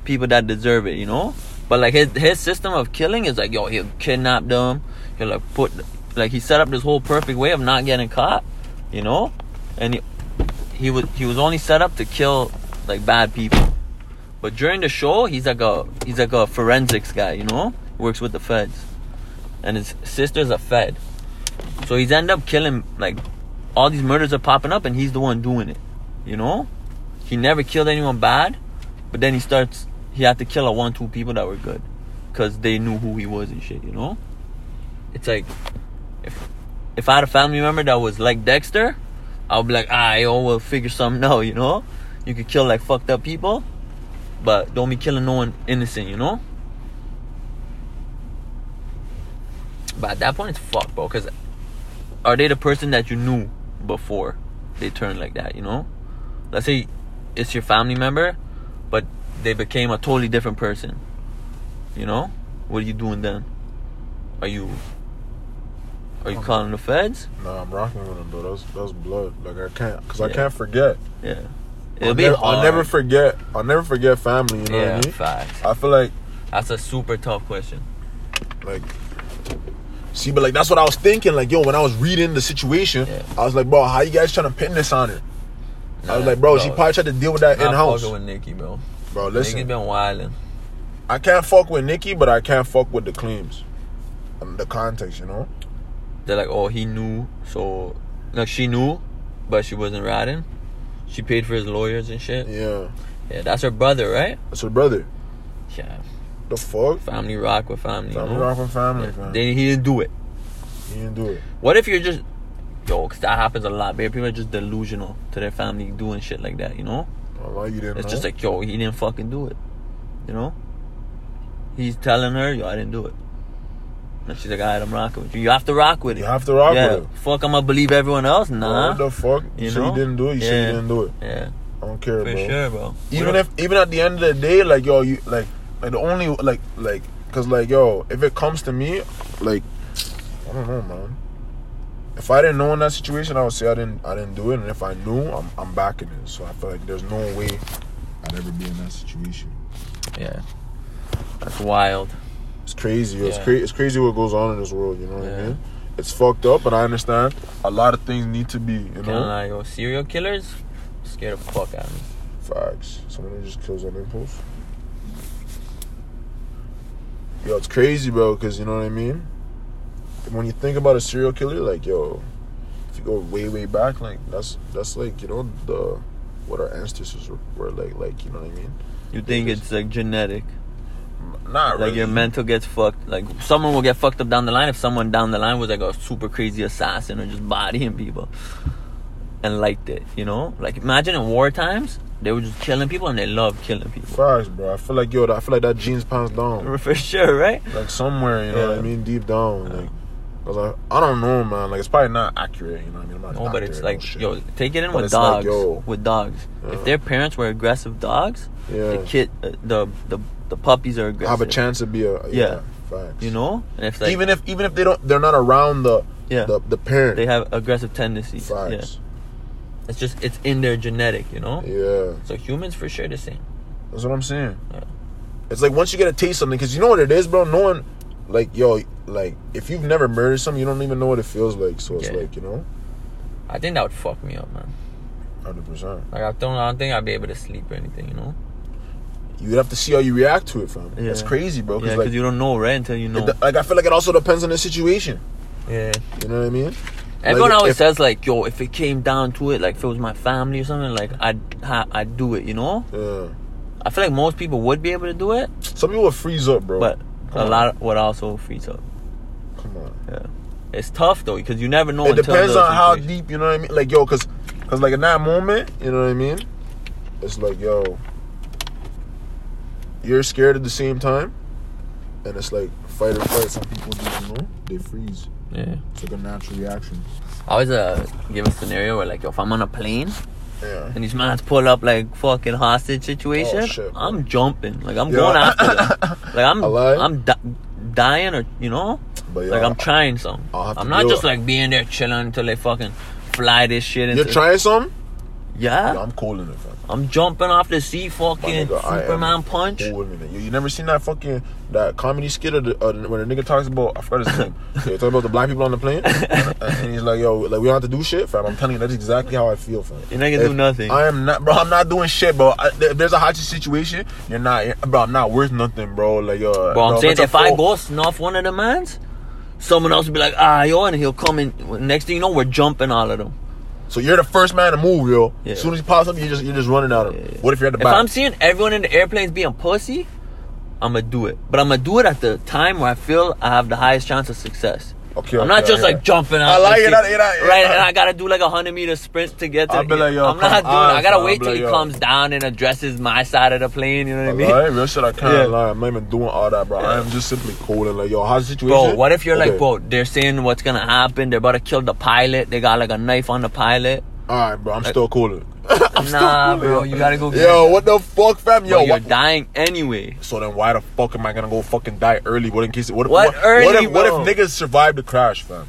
Speaker 2: people that deserve it, you know. But like his his system of killing is like yo he'll kidnap them, he'll like put like he set up this whole perfect way of not getting caught, you know, and he he was he was only set up to kill like bad people. But during the show, he's like a he's like a forensics guy, you know, works with the feds, and his sister's a fed, so he's end up killing like all these murders are popping up, and he's the one doing it, you know. He never killed anyone bad, but then he starts he had to kill a one two people that were good, cause they knew who he was and shit, you know. It's like if if I had a family member that was like Dexter, I would be like, ah, yo, we'll figure something out, you know. You could kill like fucked up people but don't be killing no one innocent, you know? But at that point, it's fucked, bro. Because are they the person that you knew before they turned like that, you know? Let's say it's your family member, but they became a totally different person, you know? What are you doing then? Are you. Are
Speaker 1: Um,
Speaker 2: you calling the feds?
Speaker 1: Nah, I'm rocking with him, bro. That's that's blood. Like I can't, cause I
Speaker 2: Yeah.
Speaker 1: can't forget.
Speaker 2: Yeah. It'll
Speaker 1: I'll,
Speaker 2: be
Speaker 1: never,
Speaker 2: hard.
Speaker 1: I'll never forget. I'll never forget family. You know
Speaker 2: Yeah,
Speaker 1: what I mean?
Speaker 2: facts.
Speaker 1: I feel like
Speaker 2: That's a super tough question.
Speaker 1: like see, but like that's what I was thinking. Like yo, when I was reading the situation,
Speaker 2: Yeah.
Speaker 1: I was like, bro, how you guys trying to pin this on her? I was
Speaker 2: Nah,
Speaker 1: like, bro, she probably tried to deal with that in
Speaker 2: I'm
Speaker 1: house.
Speaker 2: fucking with Nikki, bro.
Speaker 1: Bro,
Speaker 2: Niggas
Speaker 1: listen,
Speaker 2: been wilding.
Speaker 1: I can't fuck with Nikki, but I can't fuck with the claims, and the context. You know?
Speaker 2: They're like, oh, he knew, so like she knew, but she wasn't riding. She paid for his lawyers and shit. Yeah,
Speaker 1: Yeah.
Speaker 2: that's her brother, right?
Speaker 1: That's her brother.
Speaker 2: Yeah,
Speaker 1: The fuck?
Speaker 2: family rock with family.
Speaker 1: Family
Speaker 2: you know?
Speaker 1: rock with family,
Speaker 2: Yeah.
Speaker 1: fam.
Speaker 2: They, he didn't do it.
Speaker 1: He didn't do it.
Speaker 2: What if you're just, yo, 'cause that happens a lot. Babe, people are just delusional to their family doing shit like that. You know,
Speaker 1: I like you didn't.
Speaker 2: it's
Speaker 1: know.
Speaker 2: just like, yo, he didn't fucking do it. You know, he's telling her, yo, I didn't do it. And she's like, alright, I'm rocking with you. You have to rock with it.
Speaker 1: you have to rock
Speaker 2: yeah,
Speaker 1: with it.
Speaker 2: fuck, I'm gonna believe everyone else. Nah.
Speaker 1: What the fuck? You,
Speaker 2: You
Speaker 1: say you
Speaker 2: know?
Speaker 1: didn't do it. You say
Speaker 2: Yeah.
Speaker 1: you didn't do it.
Speaker 2: Yeah,
Speaker 1: I don't care,
Speaker 2: for
Speaker 1: bro.
Speaker 2: sure, bro.
Speaker 1: Even if, even at the end of the day, like yo, you like, like the only like, like, cause like yo, if it comes to me, like, I don't know, man. If I didn't know in that situation, I would say I didn't, I didn't do it. And if I knew, I'm, I'm backing it. So I feel like there's no way I'd ever be in that situation.
Speaker 2: yeah, that's wild.
Speaker 1: It's crazy. It's
Speaker 2: Yeah.
Speaker 1: crazy. It's crazy what goes on in this world. You know what I
Speaker 2: Yeah.
Speaker 1: mean? It's fucked up, and I understand. A lot of things need to be, you
Speaker 2: Kinda
Speaker 1: know.
Speaker 2: like, yo, serial killers scared the fuck out of me.
Speaker 1: Facts. Someone who just kills on impulse. Yo, it's crazy, bro, because you know what I mean? When you think about a serial killer, like, yo, if you go way, way back, like, that's, that's like, you know, the, what our ancestors were, were like, like, you know what I mean?
Speaker 2: You think it's like genetic?
Speaker 1: Not really.
Speaker 2: Like your mental gets fucked. Like someone will get fucked up down the line if someone down the line was like a super crazy assassin or just bodying people and liked it. You know, like imagine in war times they were just killing people and they love killing people
Speaker 1: Facts, bro. I feel like, yo, I feel like that genes pounds down.
Speaker 2: for sure, right?
Speaker 1: like somewhere, you know what I
Speaker 2: Yeah.
Speaker 1: mean, deep down, like, cause I, I don't know, man. Like, it's probably not accurate, you know what I mean? I'm not a
Speaker 2: No, but
Speaker 1: doctor
Speaker 2: it's
Speaker 1: and
Speaker 2: like
Speaker 1: shit.
Speaker 2: yo, take it in
Speaker 1: But
Speaker 2: with
Speaker 1: it's like,
Speaker 2: dogs.
Speaker 1: yo.
Speaker 2: with dogs,
Speaker 1: Yeah.
Speaker 2: if their parents were aggressive dogs,
Speaker 1: yeah,
Speaker 2: the kid, uh, the the the puppies are aggressive.
Speaker 1: have a chance to be a yeah,
Speaker 2: Yeah.
Speaker 1: facts.
Speaker 2: you know. And if like
Speaker 1: even if even if they don't, they're not around the
Speaker 2: yeah,
Speaker 1: the, the parent.
Speaker 2: they have aggressive tendencies.
Speaker 1: facts.
Speaker 2: Yeah, it's just it's in their genetic, you know.
Speaker 1: Yeah.
Speaker 2: So humans for sure the same.
Speaker 1: that's what I'm saying.
Speaker 2: Yeah.
Speaker 1: It's like once you get to taste something, cause you know what it is, bro. No one, like, yo, like if you've never murdered something, you don't even know what it feels like. So it's
Speaker 2: Yeah.
Speaker 1: like, you know,
Speaker 2: I think that would fuck me up, man.
Speaker 1: hundred percent.
Speaker 2: Like I don't, I don't think I'd be able to sleep or anything, you know.
Speaker 1: You'd have to see how you react to it, fam.
Speaker 2: Yeah.
Speaker 1: That's crazy, bro. Cause
Speaker 2: yeah,
Speaker 1: like,
Speaker 2: because you don't know, right? Until you know.
Speaker 1: it- like I feel like it also depends on the situation.
Speaker 2: yeah.
Speaker 1: You know what I mean?
Speaker 2: Everyone
Speaker 1: Like,
Speaker 2: always
Speaker 1: if-
Speaker 2: says like, "Yo, if it came down to it, like if it was my family or something, like I'd ha- I'd do it," you know.
Speaker 1: Yeah.
Speaker 2: I feel like most people would be able to do it,
Speaker 1: Some people will freeze up, bro.
Speaker 2: but
Speaker 1: Come
Speaker 2: a
Speaker 1: on.
Speaker 2: lot would also freeze up.
Speaker 1: come on.
Speaker 2: Yeah, it's tough though because you never know.
Speaker 1: it
Speaker 2: until
Speaker 1: depends
Speaker 2: the
Speaker 1: on how
Speaker 2: situation.
Speaker 1: deep, you know what I mean? Like, yo, cause, cause like in that moment, you know what I mean? It's like, yo, you're scared at the same time, and it's like fight or flight. Some people just, you know, they freeze.
Speaker 2: Yeah,
Speaker 1: It's like a natural reaction.
Speaker 2: I always uh, give a scenario where like, yo, if I'm on a plane
Speaker 1: Yeah.
Speaker 2: and these mans pull up like fucking hostage situation,
Speaker 1: Oh, shit, bro.
Speaker 2: I'm jumping. Like I'm
Speaker 1: Yeah.
Speaker 2: going after them. Like I'm
Speaker 1: Alive?
Speaker 2: I'm di- dying or you know,
Speaker 1: But yeah,
Speaker 2: like I'm trying some.
Speaker 1: I'll have to
Speaker 2: I'm not
Speaker 1: do
Speaker 2: just
Speaker 1: it.
Speaker 2: like being there chilling until they fucking fly this shit. Into,
Speaker 1: you're trying some?
Speaker 2: Yeah,
Speaker 1: Yo, I'm calling it, fam.
Speaker 2: I'm jumping off the sea,
Speaker 1: My
Speaker 2: fucking
Speaker 1: nigga, I am
Speaker 2: Superman punch.
Speaker 1: Calling it. You, you never seen that fucking that comedy skit of the, uh, when a nigga talks about I forgot his name. yeah, talking about the black people on the plane, and, and he's like, "Yo, like we don't have to do shit, fam." I'm telling you, that's exactly how I feel, fam.
Speaker 2: You're not gonna
Speaker 1: If-
Speaker 2: do nothing.
Speaker 1: I am not, bro. I'm not doing shit, bro. I, if there's a hot shit situation, you're not, bro. I'm not worth nothing, bro. Like, yo,
Speaker 2: But I'm saying if I go snuff one of the mans, someone else will be like, ah, yo, and he'll come in. Next thing you know, we're jumping all of them.
Speaker 1: so you're the first man to move, yo.
Speaker 2: Yeah.
Speaker 1: As soon as he pops up, you just you're just running out of.
Speaker 2: Yeah.
Speaker 1: What if you're at the
Speaker 2: If
Speaker 1: back?
Speaker 2: I'm seeing everyone in the airplanes being pussy, I'm gonna do it. But I'm gonna do it at the time where I feel I have the highest chance of success.
Speaker 1: Okay,
Speaker 2: I'm not
Speaker 1: okay,
Speaker 2: just
Speaker 1: okay.
Speaker 2: like jumping out.
Speaker 1: I like
Speaker 2: and
Speaker 1: it,
Speaker 2: see-
Speaker 1: I- it, I-
Speaker 2: right,
Speaker 1: it, I-
Speaker 2: and I gotta do like a hundred meter sprint to get to.
Speaker 1: I'll be like, yo,
Speaker 2: I'm
Speaker 1: come
Speaker 2: not doing. it. I
Speaker 1: on,
Speaker 2: gotta
Speaker 1: son.
Speaker 2: wait
Speaker 1: I'll be
Speaker 2: till
Speaker 1: like,
Speaker 2: he
Speaker 1: yo.
Speaker 2: comes down and addresses my side of the plane. You know what I mean?
Speaker 1: Alright, real shit. I can't
Speaker 2: Yeah.
Speaker 1: lie. I'm not even doing all that, bro. I am just simply calling, like, yo, how's the situation?
Speaker 2: Bro, what if you're
Speaker 1: Okay.
Speaker 2: like, bro, they're saying what's gonna happen, they're about to kill the pilot, they got like a knife on the pilot.
Speaker 1: All right, bro. I'm still calling. I'm
Speaker 2: nah,
Speaker 1: calling.
Speaker 2: bro, you gotta go get
Speaker 1: Yo, what the fuck, fam?
Speaker 2: Bro,
Speaker 1: Yo,
Speaker 2: you're
Speaker 1: what?
Speaker 2: dying anyway.
Speaker 1: So then, why the fuck am I gonna go fucking die early? What in case? What,
Speaker 2: What
Speaker 1: What
Speaker 2: early,
Speaker 1: if, what if
Speaker 2: bro?
Speaker 1: niggas survive the crash, fam?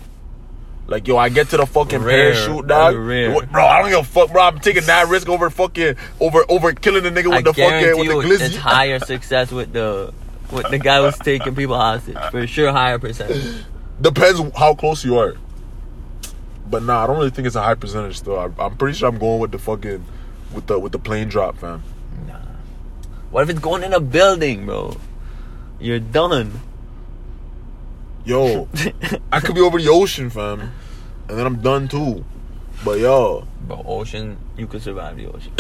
Speaker 1: Like, yo, I get to the fucking
Speaker 2: Rare,
Speaker 1: parachute, dog.
Speaker 2: rare.
Speaker 1: What- bro, I don't give a fuck, bro. I'm taking that risk over fucking over over killing the nigga with
Speaker 2: I
Speaker 1: the
Speaker 2: guarantee
Speaker 1: fucking with the
Speaker 2: you it's
Speaker 1: glizzy.
Speaker 2: higher success with the with the guy who's taking people hostage. For sure higher percentage.
Speaker 1: Depends how close you are. But nah, I don't really think it's a high percentage though. I, I'm pretty sure I'm going with the fucking with the with the plane drop, fam.
Speaker 2: Nah. What if it's going in a building, bro? You're done.
Speaker 1: Yo, I could be over the ocean, fam, and then I'm done too. But yo,
Speaker 2: Bro, ocean, you could survive the ocean.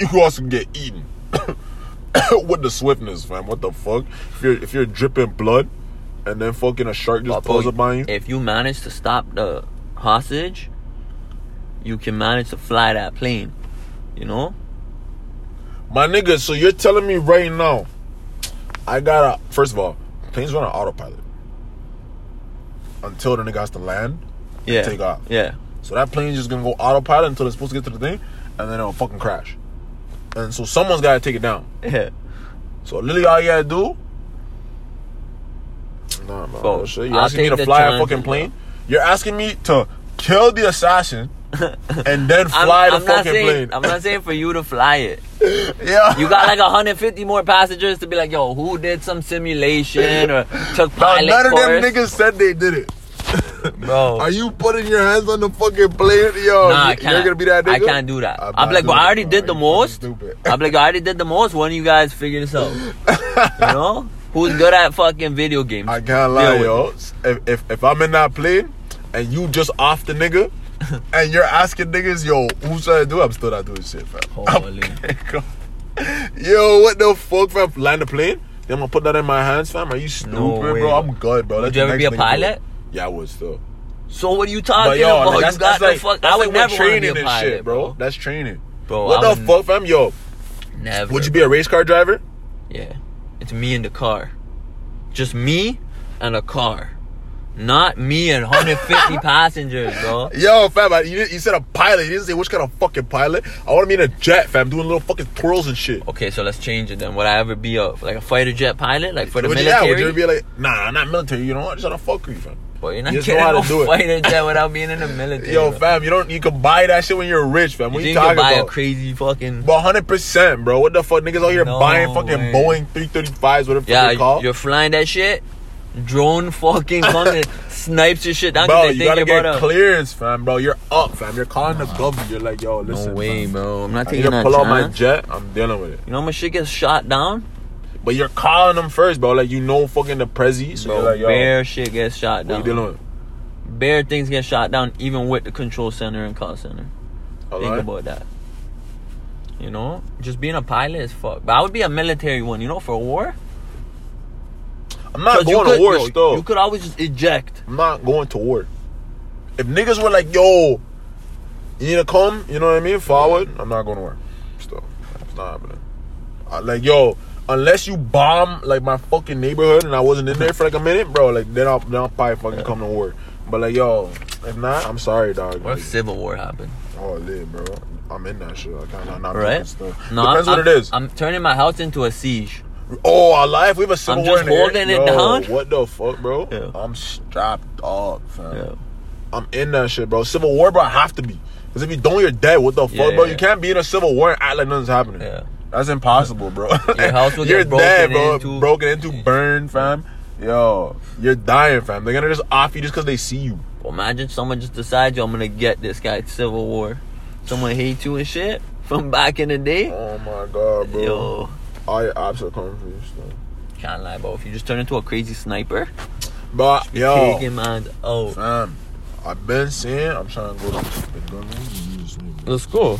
Speaker 1: you could also get eaten with the swiftness, fam. What the fuck? If you're if you're dripping blood, and then fucking a shark just
Speaker 2: But, bro,
Speaker 1: pulls up on you.
Speaker 2: If you manage to stop the hostage, you can manage to fly that plane. You know?
Speaker 1: My nigga, so you're telling me right now, I gotta first of all, planes run on autopilot until the nigga has to land.
Speaker 2: Yeah.
Speaker 1: take off.
Speaker 2: Yeah.
Speaker 1: So that plane's just gonna go autopilot until it's supposed to get to the thing, and then it'll fucking crash. And so someone's gotta take it down.
Speaker 2: Yeah.
Speaker 1: So literally all you gotta do. Nah, man.
Speaker 2: Bro,
Speaker 1: shit. You're
Speaker 2: I'll
Speaker 1: asking me
Speaker 2: take
Speaker 1: to
Speaker 2: the
Speaker 1: fly a
Speaker 2: challenge,
Speaker 1: fucking
Speaker 2: bro.
Speaker 1: plane. You're asking me to kill the assassin and then
Speaker 2: I'm,
Speaker 1: fly the
Speaker 2: I'm not
Speaker 1: fucking
Speaker 2: saying,
Speaker 1: plane.
Speaker 2: I'm not saying for you to fly it.
Speaker 1: yeah.
Speaker 2: You got like 150 more passengers to be like, yo, who did some simulation or took
Speaker 1: Nah,
Speaker 2: pilot
Speaker 1: none of
Speaker 2: course?
Speaker 1: them niggas said they did it.
Speaker 2: Bro.
Speaker 1: Are you putting your hands on the fucking plate? Yo,
Speaker 2: Nah, I
Speaker 1: you- you're
Speaker 2: can't.
Speaker 1: gonna be that nigga?
Speaker 2: I can't do that.
Speaker 1: I'm
Speaker 2: I'm,
Speaker 1: not
Speaker 2: like, well,
Speaker 1: doing
Speaker 2: I already
Speaker 1: that.
Speaker 2: did the
Speaker 1: You fucking
Speaker 2: most.
Speaker 1: stupid.
Speaker 2: I'm like, I already did the most. One of you guys figure this out. you know, who's good at fucking video games?
Speaker 1: I can't lie, yo. If, if if I'm in that plane and you just off the nigga and you're asking niggas, yo, who should I do? I'm still not doing shit, fam.
Speaker 2: Holy.
Speaker 1: yo, what the fuck, fam? Land the plane? Then I'm gonna put that in my hands, fam. Are you stupid,
Speaker 2: way.
Speaker 1: bro? I'm good, bro.
Speaker 2: Would
Speaker 1: Let
Speaker 2: you
Speaker 1: the
Speaker 2: ever be
Speaker 1: next
Speaker 2: a
Speaker 1: nigga do it.
Speaker 2: pilot?
Speaker 1: Yeah, I would still.
Speaker 2: So what are you talking
Speaker 1: yo,
Speaker 2: about?
Speaker 1: like,
Speaker 2: you got the
Speaker 1: like-
Speaker 2: fuck.
Speaker 1: that's
Speaker 2: I would
Speaker 1: like
Speaker 2: never want to
Speaker 1: training
Speaker 2: be a
Speaker 1: and
Speaker 2: pilot,
Speaker 1: shit, bro. That's training.
Speaker 2: Bro,
Speaker 1: what
Speaker 2: I
Speaker 1: the
Speaker 2: would
Speaker 1: fuck, fam? Yo,
Speaker 2: Never.
Speaker 1: would you be a race car driver?
Speaker 2: Yeah, it's me in the car, just me and a car, not me and 150 passengers, bro.
Speaker 1: Yo, fam, I, you, didn't- you said a pilot. You didn't say which kind of fucking pilot. I want to be in a jet, fam, doing little fucking twirls and shit.
Speaker 2: Okay, so let's change it then. Would I ever be a like a fighter jet pilot, like for the
Speaker 1: would you, yeah,
Speaker 2: military?
Speaker 1: would you be like, nah, not military. You know what? Just trying to fuck with you, fam.
Speaker 2: Boy, you're not
Speaker 1: You just
Speaker 2: getting
Speaker 1: know how
Speaker 2: no
Speaker 1: to do it.
Speaker 2: fighter jet without being in the military.
Speaker 1: Yo,
Speaker 2: bro.
Speaker 1: fam, you don't. You can buy that shit when you're rich, fam. What
Speaker 2: you
Speaker 1: you,
Speaker 2: think you
Speaker 1: talking
Speaker 2: could buy a
Speaker 1: about?
Speaker 2: crazy fucking?
Speaker 1: But 100 percent, bro. What the fuck, niggas out here
Speaker 2: No
Speaker 1: buying fucking
Speaker 2: way.
Speaker 1: Boeing 335s, whatever yeah,
Speaker 2: yeah,
Speaker 1: they call.
Speaker 2: you're flying that shit. Drone fucking fucking snipes your shit down. 'cause
Speaker 1: Bro,
Speaker 2: they
Speaker 1: you
Speaker 2: think
Speaker 1: gotta
Speaker 2: you're
Speaker 1: get
Speaker 2: about uh, to-
Speaker 1: clearance, fam. Bro, you're up, fam. You're calling the government. You're like, yo, listen.
Speaker 2: No way,
Speaker 1: fam.
Speaker 2: bro. I'm not
Speaker 1: I need
Speaker 2: taking
Speaker 1: to
Speaker 2: that
Speaker 1: pull out my
Speaker 2: chance.
Speaker 1: jet. I'm dealing with it.
Speaker 2: You know how much shit gets shot down?
Speaker 1: But you're calling them first, bro. Like you know, fucking the prezi. So
Speaker 2: Bro,
Speaker 1: you're like, yo,
Speaker 2: bare shit gets
Speaker 1: what
Speaker 2: shot
Speaker 1: you
Speaker 2: down.
Speaker 1: dealing with?
Speaker 2: Bare things get shot down, even with the control center and call center.
Speaker 1: A
Speaker 2: Think
Speaker 1: lie?
Speaker 2: about that. You know, just being a pilot is fuck. But I would be a military one. You know, for war.
Speaker 1: I'm not
Speaker 2: 'Cause you
Speaker 1: going
Speaker 2: could-
Speaker 1: to war
Speaker 2: yo,
Speaker 1: still.
Speaker 2: You could always just eject.
Speaker 1: I'm not going to war. If niggas were like, yo, you need to come, you know what I mean? Forward. I'm not going to war. Still, it's not happening. I- like, yo, unless you bomb like my fucking neighborhood and I wasn't in there for like a minute, bro. Like then I'll, then I'll probably fucking come to war. But like, yo, if not, I'm sorry, dog.
Speaker 2: What
Speaker 1: Like,
Speaker 2: if civil war happened?
Speaker 1: oh, lit, bro. I'm in that shit. I can't not
Speaker 2: Right?
Speaker 1: Stuff.
Speaker 2: No,
Speaker 1: Depends
Speaker 2: I'm,
Speaker 1: what it is.
Speaker 2: I'm, I'm turning my house into a siege.
Speaker 1: Oh, our life. We have a civil
Speaker 2: I'm
Speaker 1: war
Speaker 2: just
Speaker 1: in the air.
Speaker 2: holding it
Speaker 1: Yo,
Speaker 2: down.
Speaker 1: What the fuck, bro?
Speaker 2: Yeah.
Speaker 1: I'm strapped up, fam.
Speaker 2: Yeah.
Speaker 1: I'm in that shit, bro. Civil war, bro. I have to be. Cause if you don't, you're dead. What the
Speaker 2: Yeah,
Speaker 1: fuck, bro?
Speaker 2: yeah,
Speaker 1: You
Speaker 2: yeah.
Speaker 1: can't be in a civil war and act like nothing's happening.
Speaker 2: Yeah.
Speaker 1: That's impossible, bro.
Speaker 2: Your house will get
Speaker 1: you're
Speaker 2: broken
Speaker 1: dead, bro.
Speaker 2: into.
Speaker 1: Broken into, burned, fam. Yo, you're dying, fam. They're gonna just off you just cause they see you.
Speaker 2: Well, imagine someone just decides, yo, I'm gonna get this guy civil war. Someone hate you and shit from back in the day.
Speaker 1: Oh my god, bro.
Speaker 2: Yo,
Speaker 1: All your ops are coming for you, so.
Speaker 2: can't lie, bro. If you just turn into a crazy sniper,
Speaker 1: But yo,
Speaker 2: taking man's out. Oh.
Speaker 1: fam. I've been saying I'm trying to go to the gun. range.
Speaker 2: Let's go.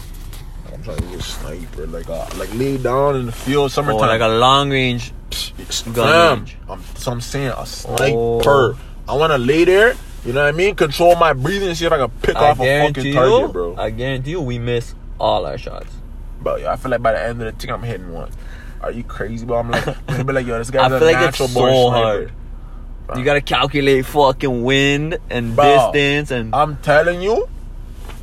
Speaker 1: I'm trying to be a sniper, like uh, like lay down in the field,
Speaker 2: Oh,
Speaker 1: summertime.
Speaker 2: like a long range.
Speaker 1: Psh,
Speaker 2: gun
Speaker 1: fam.
Speaker 2: range.
Speaker 1: I'm, so I'm saying a
Speaker 2: Oh.
Speaker 1: sniper. I want to lay there. You know what I mean? Control my breathing and see if I can pick
Speaker 2: I
Speaker 1: off a fucking
Speaker 2: guarantee you,
Speaker 1: target, bro.
Speaker 2: I guarantee you, we miss all our shots.
Speaker 1: bro, yo, I feel like by the end of the thing, I'm hitting one. Are you crazy, bro? I'm like, I'm gonna be like, yo, this guy's
Speaker 2: I
Speaker 1: a
Speaker 2: feel like it's
Speaker 1: natural born
Speaker 2: so
Speaker 1: sniper.
Speaker 2: hard. You gotta calculate fucking wind and
Speaker 1: Bro.
Speaker 2: distance and
Speaker 1: I'm telling you,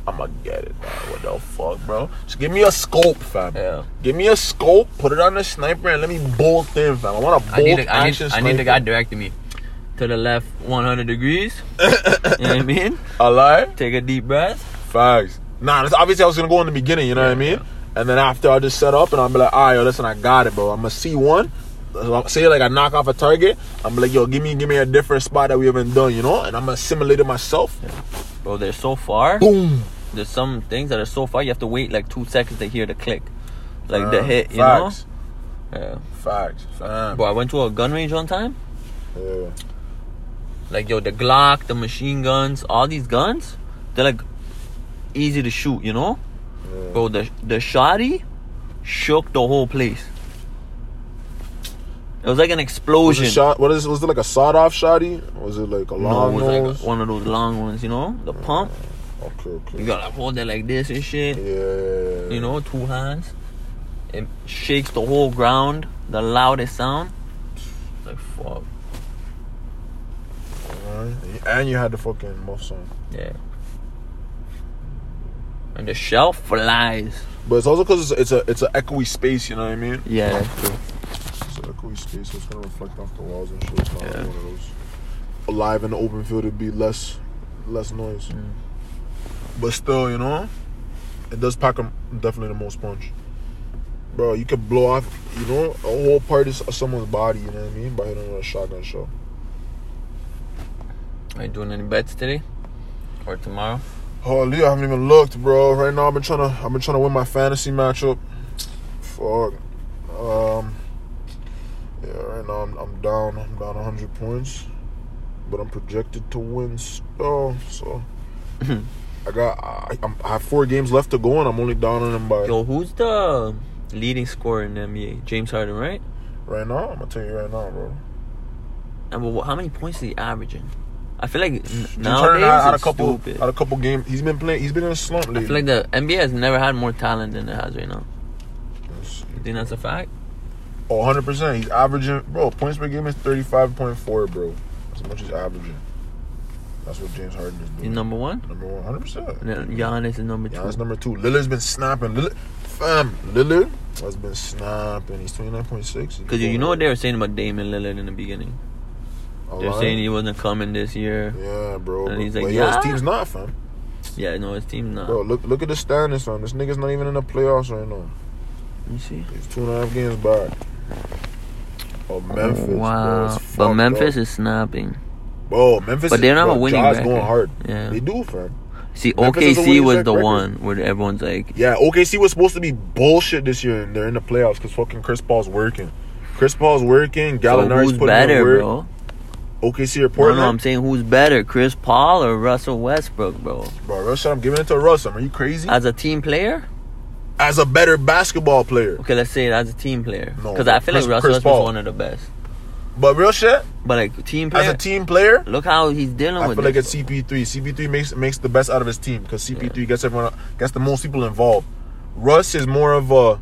Speaker 1: I'ma get it. Man. What the fuck, bro? Just give me a scope, fam.
Speaker 2: Yeah.
Speaker 1: Give me a scope. Put it on the sniper and let me bolt in, fam. I want a bolt
Speaker 2: I need, a, I, need,
Speaker 1: action
Speaker 2: I need the
Speaker 1: sniper.
Speaker 2: guy directing me to the left 100 degrees. you know what I mean?
Speaker 1: A lie?
Speaker 2: Take a deep breath.
Speaker 1: Facts. Nah, that's obviously I was gonna go in the beginning, you know what I mean? And then after I just set up and I'll be like, all right, yo, listen, I got it, bro. I'm gonna see one. Say like I knock off a target, I'm like, yo, give me give me a different spot that we haven't done, you know? And I'm gonna simulate it myself.
Speaker 2: Bro, they're so far.
Speaker 1: Boom.
Speaker 2: There's some things that are so far, you have to wait like two seconds to hear the click. Like the
Speaker 1: Fam,
Speaker 2: hit, you
Speaker 1: facts.
Speaker 2: know? Yeah.
Speaker 1: Facts. Fam.
Speaker 2: Bro, I went to a gun range one time.
Speaker 1: Yeah.
Speaker 2: Like, yo, the Glock, the machine guns, all these guns, they're like easy to shoot, you know? Bro, the, the shoddy shook the whole place. It was like an
Speaker 1: Was
Speaker 2: explosion.
Speaker 1: it shot what is was it like a sawed off shotty? Was it like a
Speaker 2: No, it
Speaker 1: long
Speaker 2: was like
Speaker 1: nose?
Speaker 2: one of those long ones, you know? The pump.
Speaker 1: okay, okay.
Speaker 2: You gotta hold it like this and shit.
Speaker 1: yeah.
Speaker 2: You know, two hands. It shakes the whole ground. The loudest sound. Like fuck.
Speaker 1: Alright. And you had the fucking muff song.
Speaker 2: Yeah. And the shell flies.
Speaker 1: But it's also because it's, it's a it's an echoey space, you know what I mean?
Speaker 2: Yeah, that's true.
Speaker 1: It's an echoey space, so it's gonna reflect off the walls and shit. It's not
Speaker 2: Yeah.
Speaker 1: one of those. Alive in the open field, it'd be less, less noise.
Speaker 2: Mm.
Speaker 1: But still, you know, it does pack 'em definitely the most punch. Bro, you could blow off, you know, a whole part of someone's body. You know what I mean? By hitting with a shotgun shell.
Speaker 2: Are you doing any bets today? or tomorrow?
Speaker 1: Holy, Oh, I haven't even looked, bro. Right now, I've been trying to, I've been trying to win my fantasy matchup. Fuck. Um. Yeah, right now I'm, I'm down. I'm down 100 points, but I'm projected to win still. So I got, I, I'm, I have four games left to go, and I'm only down on them by.
Speaker 2: Yo, who's the leading scorer in the NBA? James Harden, right?
Speaker 1: Right now, I'm gonna tell you right now, bro.
Speaker 2: And well, how many points is he averaging? I feel like n-
Speaker 1: James
Speaker 2: nowadays
Speaker 1: Harden had, had a
Speaker 2: it's
Speaker 1: couple,
Speaker 2: stupid.
Speaker 1: had a couple games. He's been playing. He's been in a slump
Speaker 2: I
Speaker 1: lately.
Speaker 2: feel like the NBA has never had more talent than it has right now.
Speaker 1: Let's see.
Speaker 2: You think that's a fact?
Speaker 1: Oh, 100%. He's averaging, bro, points per game is 35.4, bro. That's how much he's averaging. That's what James Harden is
Speaker 2: He's
Speaker 1: doing.
Speaker 2: number one.
Speaker 1: number one, 100%.
Speaker 2: And then Giannis is number two.
Speaker 1: Yeah, that's number two. Lillard's been snapping. Lillard, fam, Lillard has been snapping. He's 29.6.
Speaker 2: Because you know what they were saying about Damon Lillard in the beginning. They're saying he wasn't coming this year.
Speaker 1: Yeah, bro.
Speaker 2: And
Speaker 1: but-
Speaker 2: he's like,
Speaker 1: but yo, his
Speaker 2: "Yeah."
Speaker 1: team's not, fam.
Speaker 2: Yeah, no, his team not.
Speaker 1: Bro, look look at the standings, fam. This nigga's not even in the playoffs right now.
Speaker 2: Let me see.
Speaker 1: He's two and a half games back. Oh, Memphis. Bro,
Speaker 2: wow,
Speaker 1: it's fucked
Speaker 2: but Memphis
Speaker 1: up.
Speaker 2: is snapping.
Speaker 1: Bro, Memphis.
Speaker 2: but they're not
Speaker 1: bro,
Speaker 2: a winning
Speaker 1: Ja's
Speaker 2: record.
Speaker 1: going hard.
Speaker 2: Yeah.
Speaker 1: They do, fam.
Speaker 2: See,
Speaker 1: Memphis is a
Speaker 2: OKC
Speaker 1: winning
Speaker 2: was
Speaker 1: track
Speaker 2: the
Speaker 1: record.
Speaker 2: one where everyone's like,
Speaker 1: Yeah, OKC was supposed to be bullshit this year, and they're in the playoffs because fucking Chris Paul's working. Chris Paul's working.
Speaker 2: so
Speaker 1: Gallinari's
Speaker 2: who's
Speaker 1: putting
Speaker 2: better,
Speaker 1: in work.
Speaker 2: bro?
Speaker 1: OKC or
Speaker 2: No,
Speaker 1: Portland.
Speaker 2: no, I'm saying who's better, Chris Paul or Russell Westbrook, bro?
Speaker 1: bro, real shit, I'm giving it to Russell. Are you crazy?
Speaker 2: As a team player?
Speaker 1: As a better basketball player,
Speaker 2: Okay, let's say it as a team player.
Speaker 1: No,
Speaker 2: Because
Speaker 1: bro,
Speaker 2: I feel
Speaker 1: Chris-
Speaker 2: like Russell
Speaker 1: Chris
Speaker 2: Westbrook's
Speaker 1: Paul.
Speaker 2: one of the best.
Speaker 1: but real shit,
Speaker 2: But like team
Speaker 1: as
Speaker 2: player,
Speaker 1: a team player,
Speaker 2: look how he's dealing
Speaker 1: I
Speaker 2: with
Speaker 1: feel like
Speaker 2: this,
Speaker 1: it's
Speaker 2: bro.
Speaker 1: CP3. CP3 makes makes the best out of his team because CP3 gets everyone gets the most people involved. Russ is more of a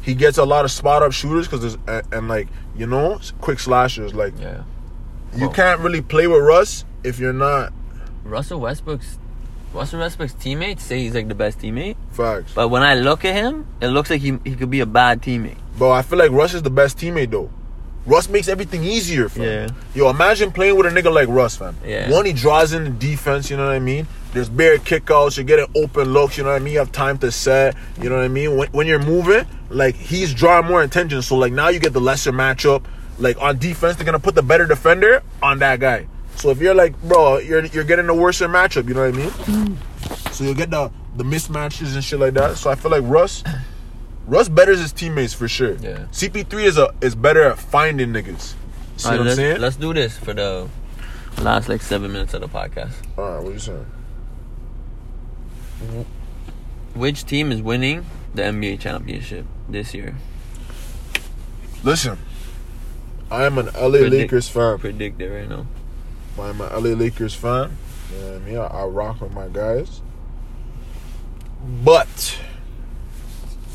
Speaker 1: he gets a lot of spot up shooters because and, and like you know quick slashers like
Speaker 2: Yeah.
Speaker 1: you
Speaker 2: Bro.
Speaker 1: can't really play with Russ if you're not
Speaker 2: Russell Westbrook's Russell Westbrook's teammates say he's like the best teammate,
Speaker 1: facts.
Speaker 2: but when I look at him, it looks like he he could be a bad teammate.
Speaker 1: Bro, I feel like Russ is the best teammate though. Russ makes everything easier, fam.
Speaker 2: Yeah.
Speaker 1: Yo, imagine playing with a nigga like Russ, fam.
Speaker 2: Yeah.
Speaker 1: One, he draws in the defense, you know what I mean? There's bare kickouts, you're getting open looks, you know what I mean? You have time to set, you know what I mean? When, when you're moving, like, he's drawing more attention. So, like, now you get the lesser matchup. Like, on defense, they're going to put the better defender on that guy. So, if you're like, bro, you're, you're getting the worser matchup, you know what I mean? So you'll get the the mismatches and shit like that. So I feel like Russ, Russ betters his teammates for sure.
Speaker 2: Yeah.
Speaker 1: CP3 is a is better at finding niggas. See
Speaker 2: Alright,
Speaker 1: what I'm
Speaker 2: let's,
Speaker 1: saying?
Speaker 2: let's do this for the last like seven minutes of the podcast.
Speaker 1: All right, what you saying?
Speaker 2: Which team is winning the NBA championship this year?
Speaker 1: Listen, I am an LA
Speaker 2: Predict-
Speaker 1: Lakers fan.
Speaker 2: Predict it right now.
Speaker 1: I am an LA Lakers fan. You know what I mean? I, I rock with my guys. But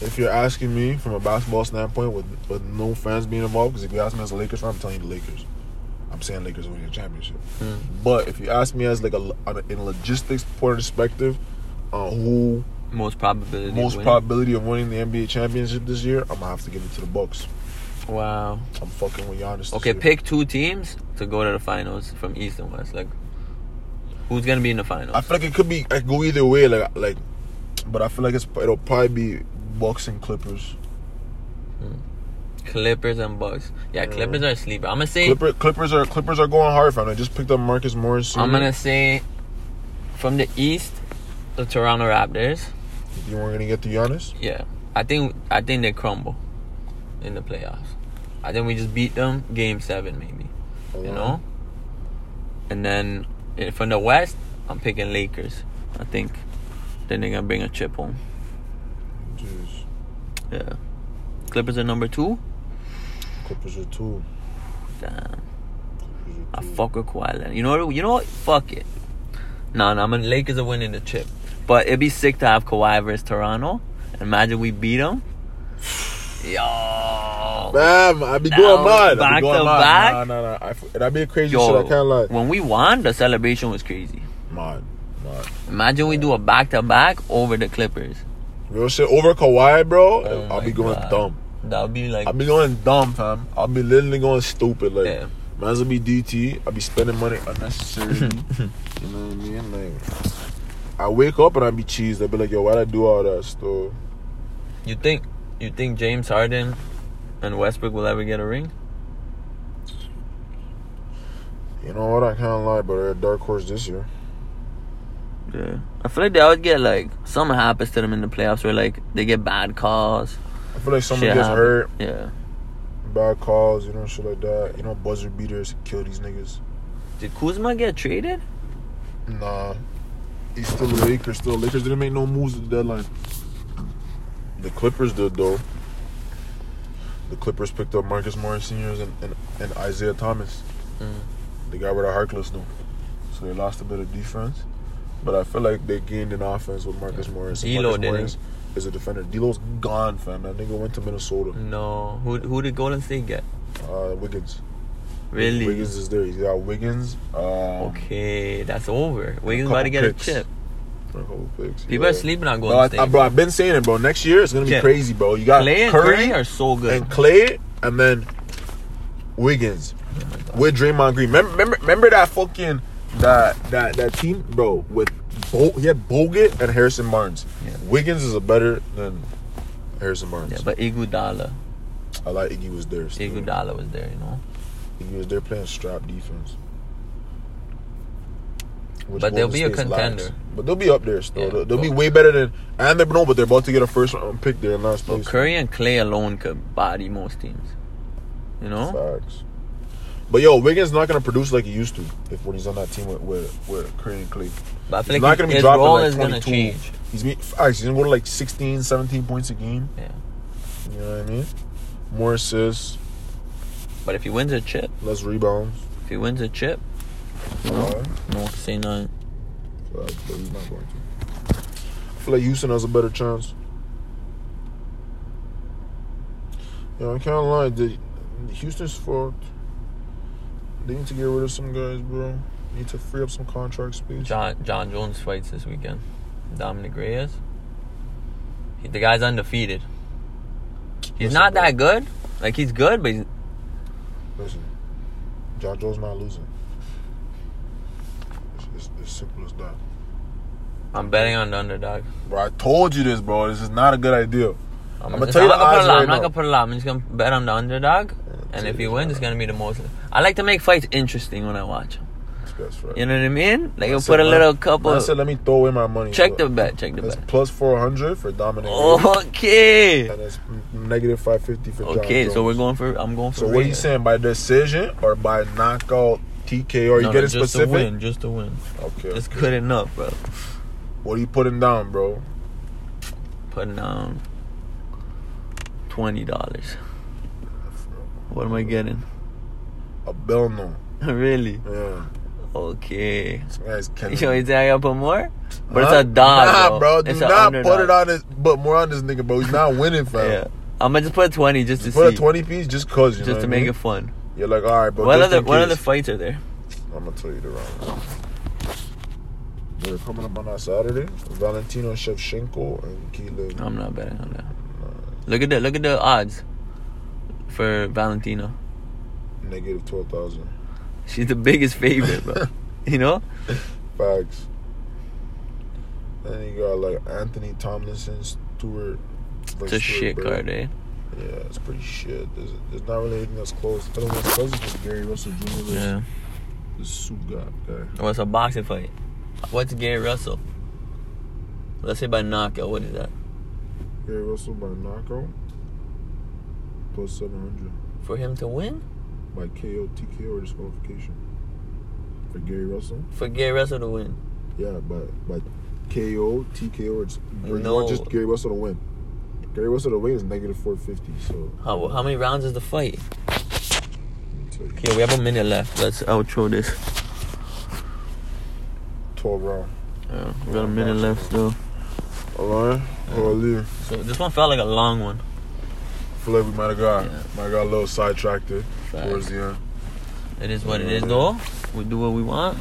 Speaker 1: if you're asking me from a basketball standpoint, with with no fans being involved, because if you ask me as a Lakers fan, I'm telling you the Lakers. I'm saying Lakers winning the championship.
Speaker 2: Hmm.
Speaker 1: But if you ask me as like a on a- in a logistics point of perspective, uh, who
Speaker 2: Most probability. of
Speaker 1: most
Speaker 2: winning.
Speaker 1: probability of winning the NBA championship this year, I'm gonna have to give it to the Bucks.
Speaker 2: Wow.
Speaker 1: I'm fucking with Giannis. this
Speaker 2: Okay,
Speaker 1: year.
Speaker 2: pick two teams to go to the finals from East and West. Like, who's gonna be in the finals?
Speaker 1: I feel like it could be I could go either way. Like like, but I feel like it's it'll probably be Bucks and Clippers.
Speaker 2: Clippers and Bucks. Yeah, Clippers are sleeper. I'm gonna say.
Speaker 1: Clipper, Clippers are Clippers are going hard, fam. I just picked up Marcus Morris. Sr.
Speaker 2: I'm gonna say from the East, the Toronto Raptors.
Speaker 1: You weren't gonna get to Giannis.
Speaker 2: Yeah, I think I think they crumble in the playoffs. I think we just beat them game seven, maybe. You know. And then eh, from the West, I'm picking Lakers. I think then they're gonna bring a chip home.
Speaker 1: Jeez.
Speaker 2: Yeah. Clippers are number two.
Speaker 1: Clippers are two.
Speaker 2: Damn.
Speaker 1: Clippers are
Speaker 2: I
Speaker 1: two.
Speaker 2: fuck with Kawhi Leonard. You know what? You know what? Fuck it. Nah, nah. I'm gonna Lakers are winning the chip, but it'd be sick to have Kawhi versus Toronto. Imagine we beat them. Yo.
Speaker 1: Bam, I be
Speaker 2: Now,
Speaker 1: going mad. I
Speaker 2: back
Speaker 1: be going
Speaker 2: to
Speaker 1: mad.
Speaker 2: back?
Speaker 1: Nah, nah, nah. I, f- that'd be a crazy
Speaker 2: Yo,
Speaker 1: shit. I can't lie.
Speaker 2: when we won, the celebration was crazy.
Speaker 1: Mad, mad.
Speaker 2: Imagine we do a back to back over the Clippers.
Speaker 1: Real shit over Kawhi, bro.
Speaker 2: Oh
Speaker 1: I'll
Speaker 2: my
Speaker 1: be going
Speaker 2: God.
Speaker 1: dumb.
Speaker 2: That would be like,
Speaker 1: I'll be going dumb, fam. I'll be literally going stupid. Like,
Speaker 2: Yeah.
Speaker 1: might as well be DT. I'll be spending money unnecessarily. you know what I mean? Like, I wake up and I be cheesed. I be like, yo, why'd I do all that stuff?
Speaker 2: you think you think James Harden and Westbrook will ever get a ring?
Speaker 1: You know what? I can't lie, but they're a dark horse this year.
Speaker 2: Yeah. I feel like they always get like something happens to them in the playoffs where like they get bad calls.
Speaker 1: I feel like someone
Speaker 2: shit
Speaker 1: gets
Speaker 2: happen-
Speaker 1: hurt,
Speaker 2: Yeah.
Speaker 1: bad calls, you know, shit like that. You know, buzzer beaters kill these niggas.
Speaker 2: Did Kuzma get traded?
Speaker 1: Nah. He's still the Lakers. Still, Lakers didn't make no moves at the deadline. The Clippers did though. The Clippers picked up Marcus Morris seniors and, and, and Isaiah Thomas.
Speaker 2: Mm.
Speaker 1: They got rid of Harkless though, so they lost a bit of defense. But I feel like they gained an offense with Marcus Morris. And
Speaker 2: D'Lo
Speaker 1: Marcus
Speaker 2: didn't.
Speaker 1: Morris is a defender. D'Lo's gone, fam. That nigga went to Minnesota.
Speaker 2: Mm. No. Who who did Golden State get?
Speaker 1: Uh, Wiggins.
Speaker 2: Really?
Speaker 1: Wiggins is there. He's got Wiggins. Um,
Speaker 2: Okay, that's over. Wiggins
Speaker 1: couple
Speaker 2: about to get
Speaker 1: picks.
Speaker 2: a chip.
Speaker 1: a couple picks,
Speaker 2: People
Speaker 1: yeah.
Speaker 2: are sleeping on
Speaker 1: Bro, I,
Speaker 2: Golden State.
Speaker 1: I, bro, I've been saying it, bro. Next year it's gonna be
Speaker 2: Yeah.
Speaker 1: crazy, bro. You got
Speaker 2: Clay and
Speaker 1: Curry,
Speaker 2: Curry are so good.
Speaker 1: and Clay, and then Wiggins with Draymond Green. Remember, remember, remember that fucking that that that team, bro. With Bo, he had Bogut and Harrison Barnes.
Speaker 2: Yeah.
Speaker 1: Wiggins is a better than Harrison Barnes.
Speaker 2: Yeah, but Iguodala,
Speaker 1: I like Iggy was there. still.
Speaker 2: Iguodala was there, you know.
Speaker 1: Iggy was there playing strap defense. Which
Speaker 2: But they'll
Speaker 1: Golden
Speaker 2: be a
Speaker 1: State's
Speaker 2: contender.
Speaker 1: lacks. But they'll be up there still.
Speaker 2: Yeah,
Speaker 1: they'll they'll be
Speaker 2: but-
Speaker 1: way better than and they no, but they're about to get a first round pick there in last
Speaker 2: So
Speaker 1: place.
Speaker 2: Curry and Clay alone could body most teams, you know.
Speaker 1: Facts. But yo, Wiggins not gonna produce like he used to if when he's on that team with with, with Curry and Clay.
Speaker 2: But I feel
Speaker 1: He's
Speaker 2: like
Speaker 1: not gonna be
Speaker 2: his
Speaker 1: dropping
Speaker 2: role
Speaker 1: like
Speaker 2: is gonna
Speaker 1: 22.
Speaker 2: change.
Speaker 1: He's be- facts. He's gonna go to like 16, 17 points a game.
Speaker 2: Yeah,
Speaker 1: You know what I mean? More assists,
Speaker 2: but if he wins a chip,
Speaker 1: less rebounds.
Speaker 2: if he wins a chip,
Speaker 1: Alright.
Speaker 2: no say nothing.
Speaker 1: Facts, but he's not going to. I feel like Houston has a better chance. Yeah, I can't lie. The, Houston's fucked. They need to get rid of some guys, bro. Need to free up some contract space.
Speaker 2: John John Jones fights this weekend. Dominic Reyes. He, the guy's undefeated. He's
Speaker 1: Listen,
Speaker 2: not
Speaker 1: bro.
Speaker 2: that good. Like he's good, but he's,
Speaker 1: Listen, John Joe's not losing. It's, it's, it's simple as that.
Speaker 2: I'm betting on the underdog.
Speaker 1: Bro, I told you this, bro. This is not a good idea. I'ma
Speaker 2: I'm, it's-
Speaker 1: tell you
Speaker 2: I'm
Speaker 1: the odds
Speaker 2: not gonna put a lot.
Speaker 1: right
Speaker 2: I'm not
Speaker 1: now.
Speaker 2: gonna put a lot. I'm just gonna bet on the underdog, and
Speaker 1: tell you
Speaker 2: if he
Speaker 1: the
Speaker 2: wins, it's
Speaker 1: odds.
Speaker 2: gonna be the most. I like to make fights interesting when I watch 'em.
Speaker 1: That's right.
Speaker 2: You know what I mean? Like
Speaker 1: I
Speaker 2: you
Speaker 1: said,
Speaker 2: put a
Speaker 1: man,
Speaker 2: little
Speaker 1: I
Speaker 2: couple.
Speaker 1: said, let me throw away my money.
Speaker 2: Check the Oh.
Speaker 1: Look,
Speaker 2: bet. Check the
Speaker 1: That's
Speaker 2: bet.
Speaker 1: plus 400 for Dominic. Reyes,
Speaker 2: Okay.
Speaker 1: And it's m- negative 550 for John
Speaker 2: Okay,
Speaker 1: Jones.
Speaker 2: so we're going for. I'm going for.
Speaker 1: So what are you
Speaker 2: Reyes.
Speaker 1: saying? By decision or by knockout TKO? Are you
Speaker 2: No, no,
Speaker 1: getting
Speaker 2: just
Speaker 1: specific?
Speaker 2: to win. Just to win.
Speaker 1: Okay.
Speaker 2: Just good enough, bro.
Speaker 1: What are you putting down, bro?
Speaker 2: Putting down twenty dollars. What am I getting?
Speaker 1: A bill no.
Speaker 2: really?
Speaker 1: Yeah.
Speaker 2: Okay.
Speaker 1: This guy's killing
Speaker 2: Yo,
Speaker 1: me.
Speaker 2: you think I gotta put more? But
Speaker 1: Huh?
Speaker 2: it's a dog,
Speaker 1: Nah, bro.
Speaker 2: It's
Speaker 1: do
Speaker 2: a
Speaker 1: not
Speaker 2: underdog.
Speaker 1: put it on this. But more on this nigga, bro. He's not winning, fam.
Speaker 2: Yeah. I'm gonna just put twenty just to
Speaker 1: Put
Speaker 2: see,
Speaker 1: a twenty piece just cause you know
Speaker 2: just to
Speaker 1: what I
Speaker 2: make
Speaker 1: mean?
Speaker 2: it fun.
Speaker 1: You're like, all right, bro.
Speaker 2: what
Speaker 1: just
Speaker 2: other
Speaker 1: in
Speaker 2: what other
Speaker 1: case.
Speaker 2: fights are there?
Speaker 1: I'm gonna tell you the wrong. one. They're coming up on that Saturday. Valentino Shevchenko and Keelan.
Speaker 2: I'm not betting on that. Look at the look at the odds for Valentino.
Speaker 1: Negative twelve thousand.
Speaker 2: She's the biggest favorite, bro. you know?
Speaker 1: Facts. Then you got like Anthony Tomlinson, Stewart.
Speaker 2: It's a shit card, eh?
Speaker 1: Yeah, it's pretty shit. There's, there's not really anything that's close. The only one that's close is just Gary Russell Jr. versus
Speaker 2: Yeah.
Speaker 1: The suit guy. guy.
Speaker 2: Well, it's a boxing fight. What's Gary Russell? Let's say by knockout. What is that?
Speaker 1: Gary Russell by knockout. Plus seven hundred.
Speaker 2: For him to win?
Speaker 1: by KO, TKO, or disqualification for Gary Russell.
Speaker 2: For Gary Russell to win.
Speaker 1: Yeah, by by KO, TKO, or, dis- or you
Speaker 2: No.
Speaker 1: want just Gary Russell to win. Gary Russell to win is negative four fifty. So
Speaker 2: How, how many rounds is the fight?
Speaker 1: let me tell you,
Speaker 2: Okay, we have a minute left. Let's outro this.
Speaker 1: twelve round.
Speaker 2: Yeah, we got a minute left still.
Speaker 1: Alright, Holy.
Speaker 2: So this one felt like a long one.
Speaker 1: feel like we might have got
Speaker 2: Yeah.
Speaker 1: might have got a little sidetracked there
Speaker 2: Facts.
Speaker 1: towards the end.
Speaker 2: It is what it is, though. We do what we want.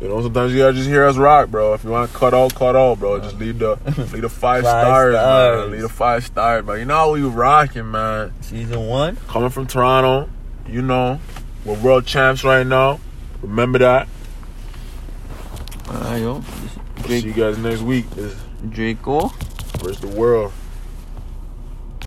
Speaker 1: You know, sometimes you gotta just hear us rock, bro. If you want to cut all, cut all, bro. Just leave the leave the five,
Speaker 2: Five
Speaker 1: stars, man.
Speaker 2: stars.
Speaker 1: Leave the five stars, bro. You know how we rocking, man.
Speaker 2: Season one.
Speaker 1: coming from Toronto, you know, we're world champs right now. Remember that.
Speaker 2: Alright, yo.
Speaker 1: See you guys next week. This
Speaker 2: Draco.
Speaker 1: Where's the world?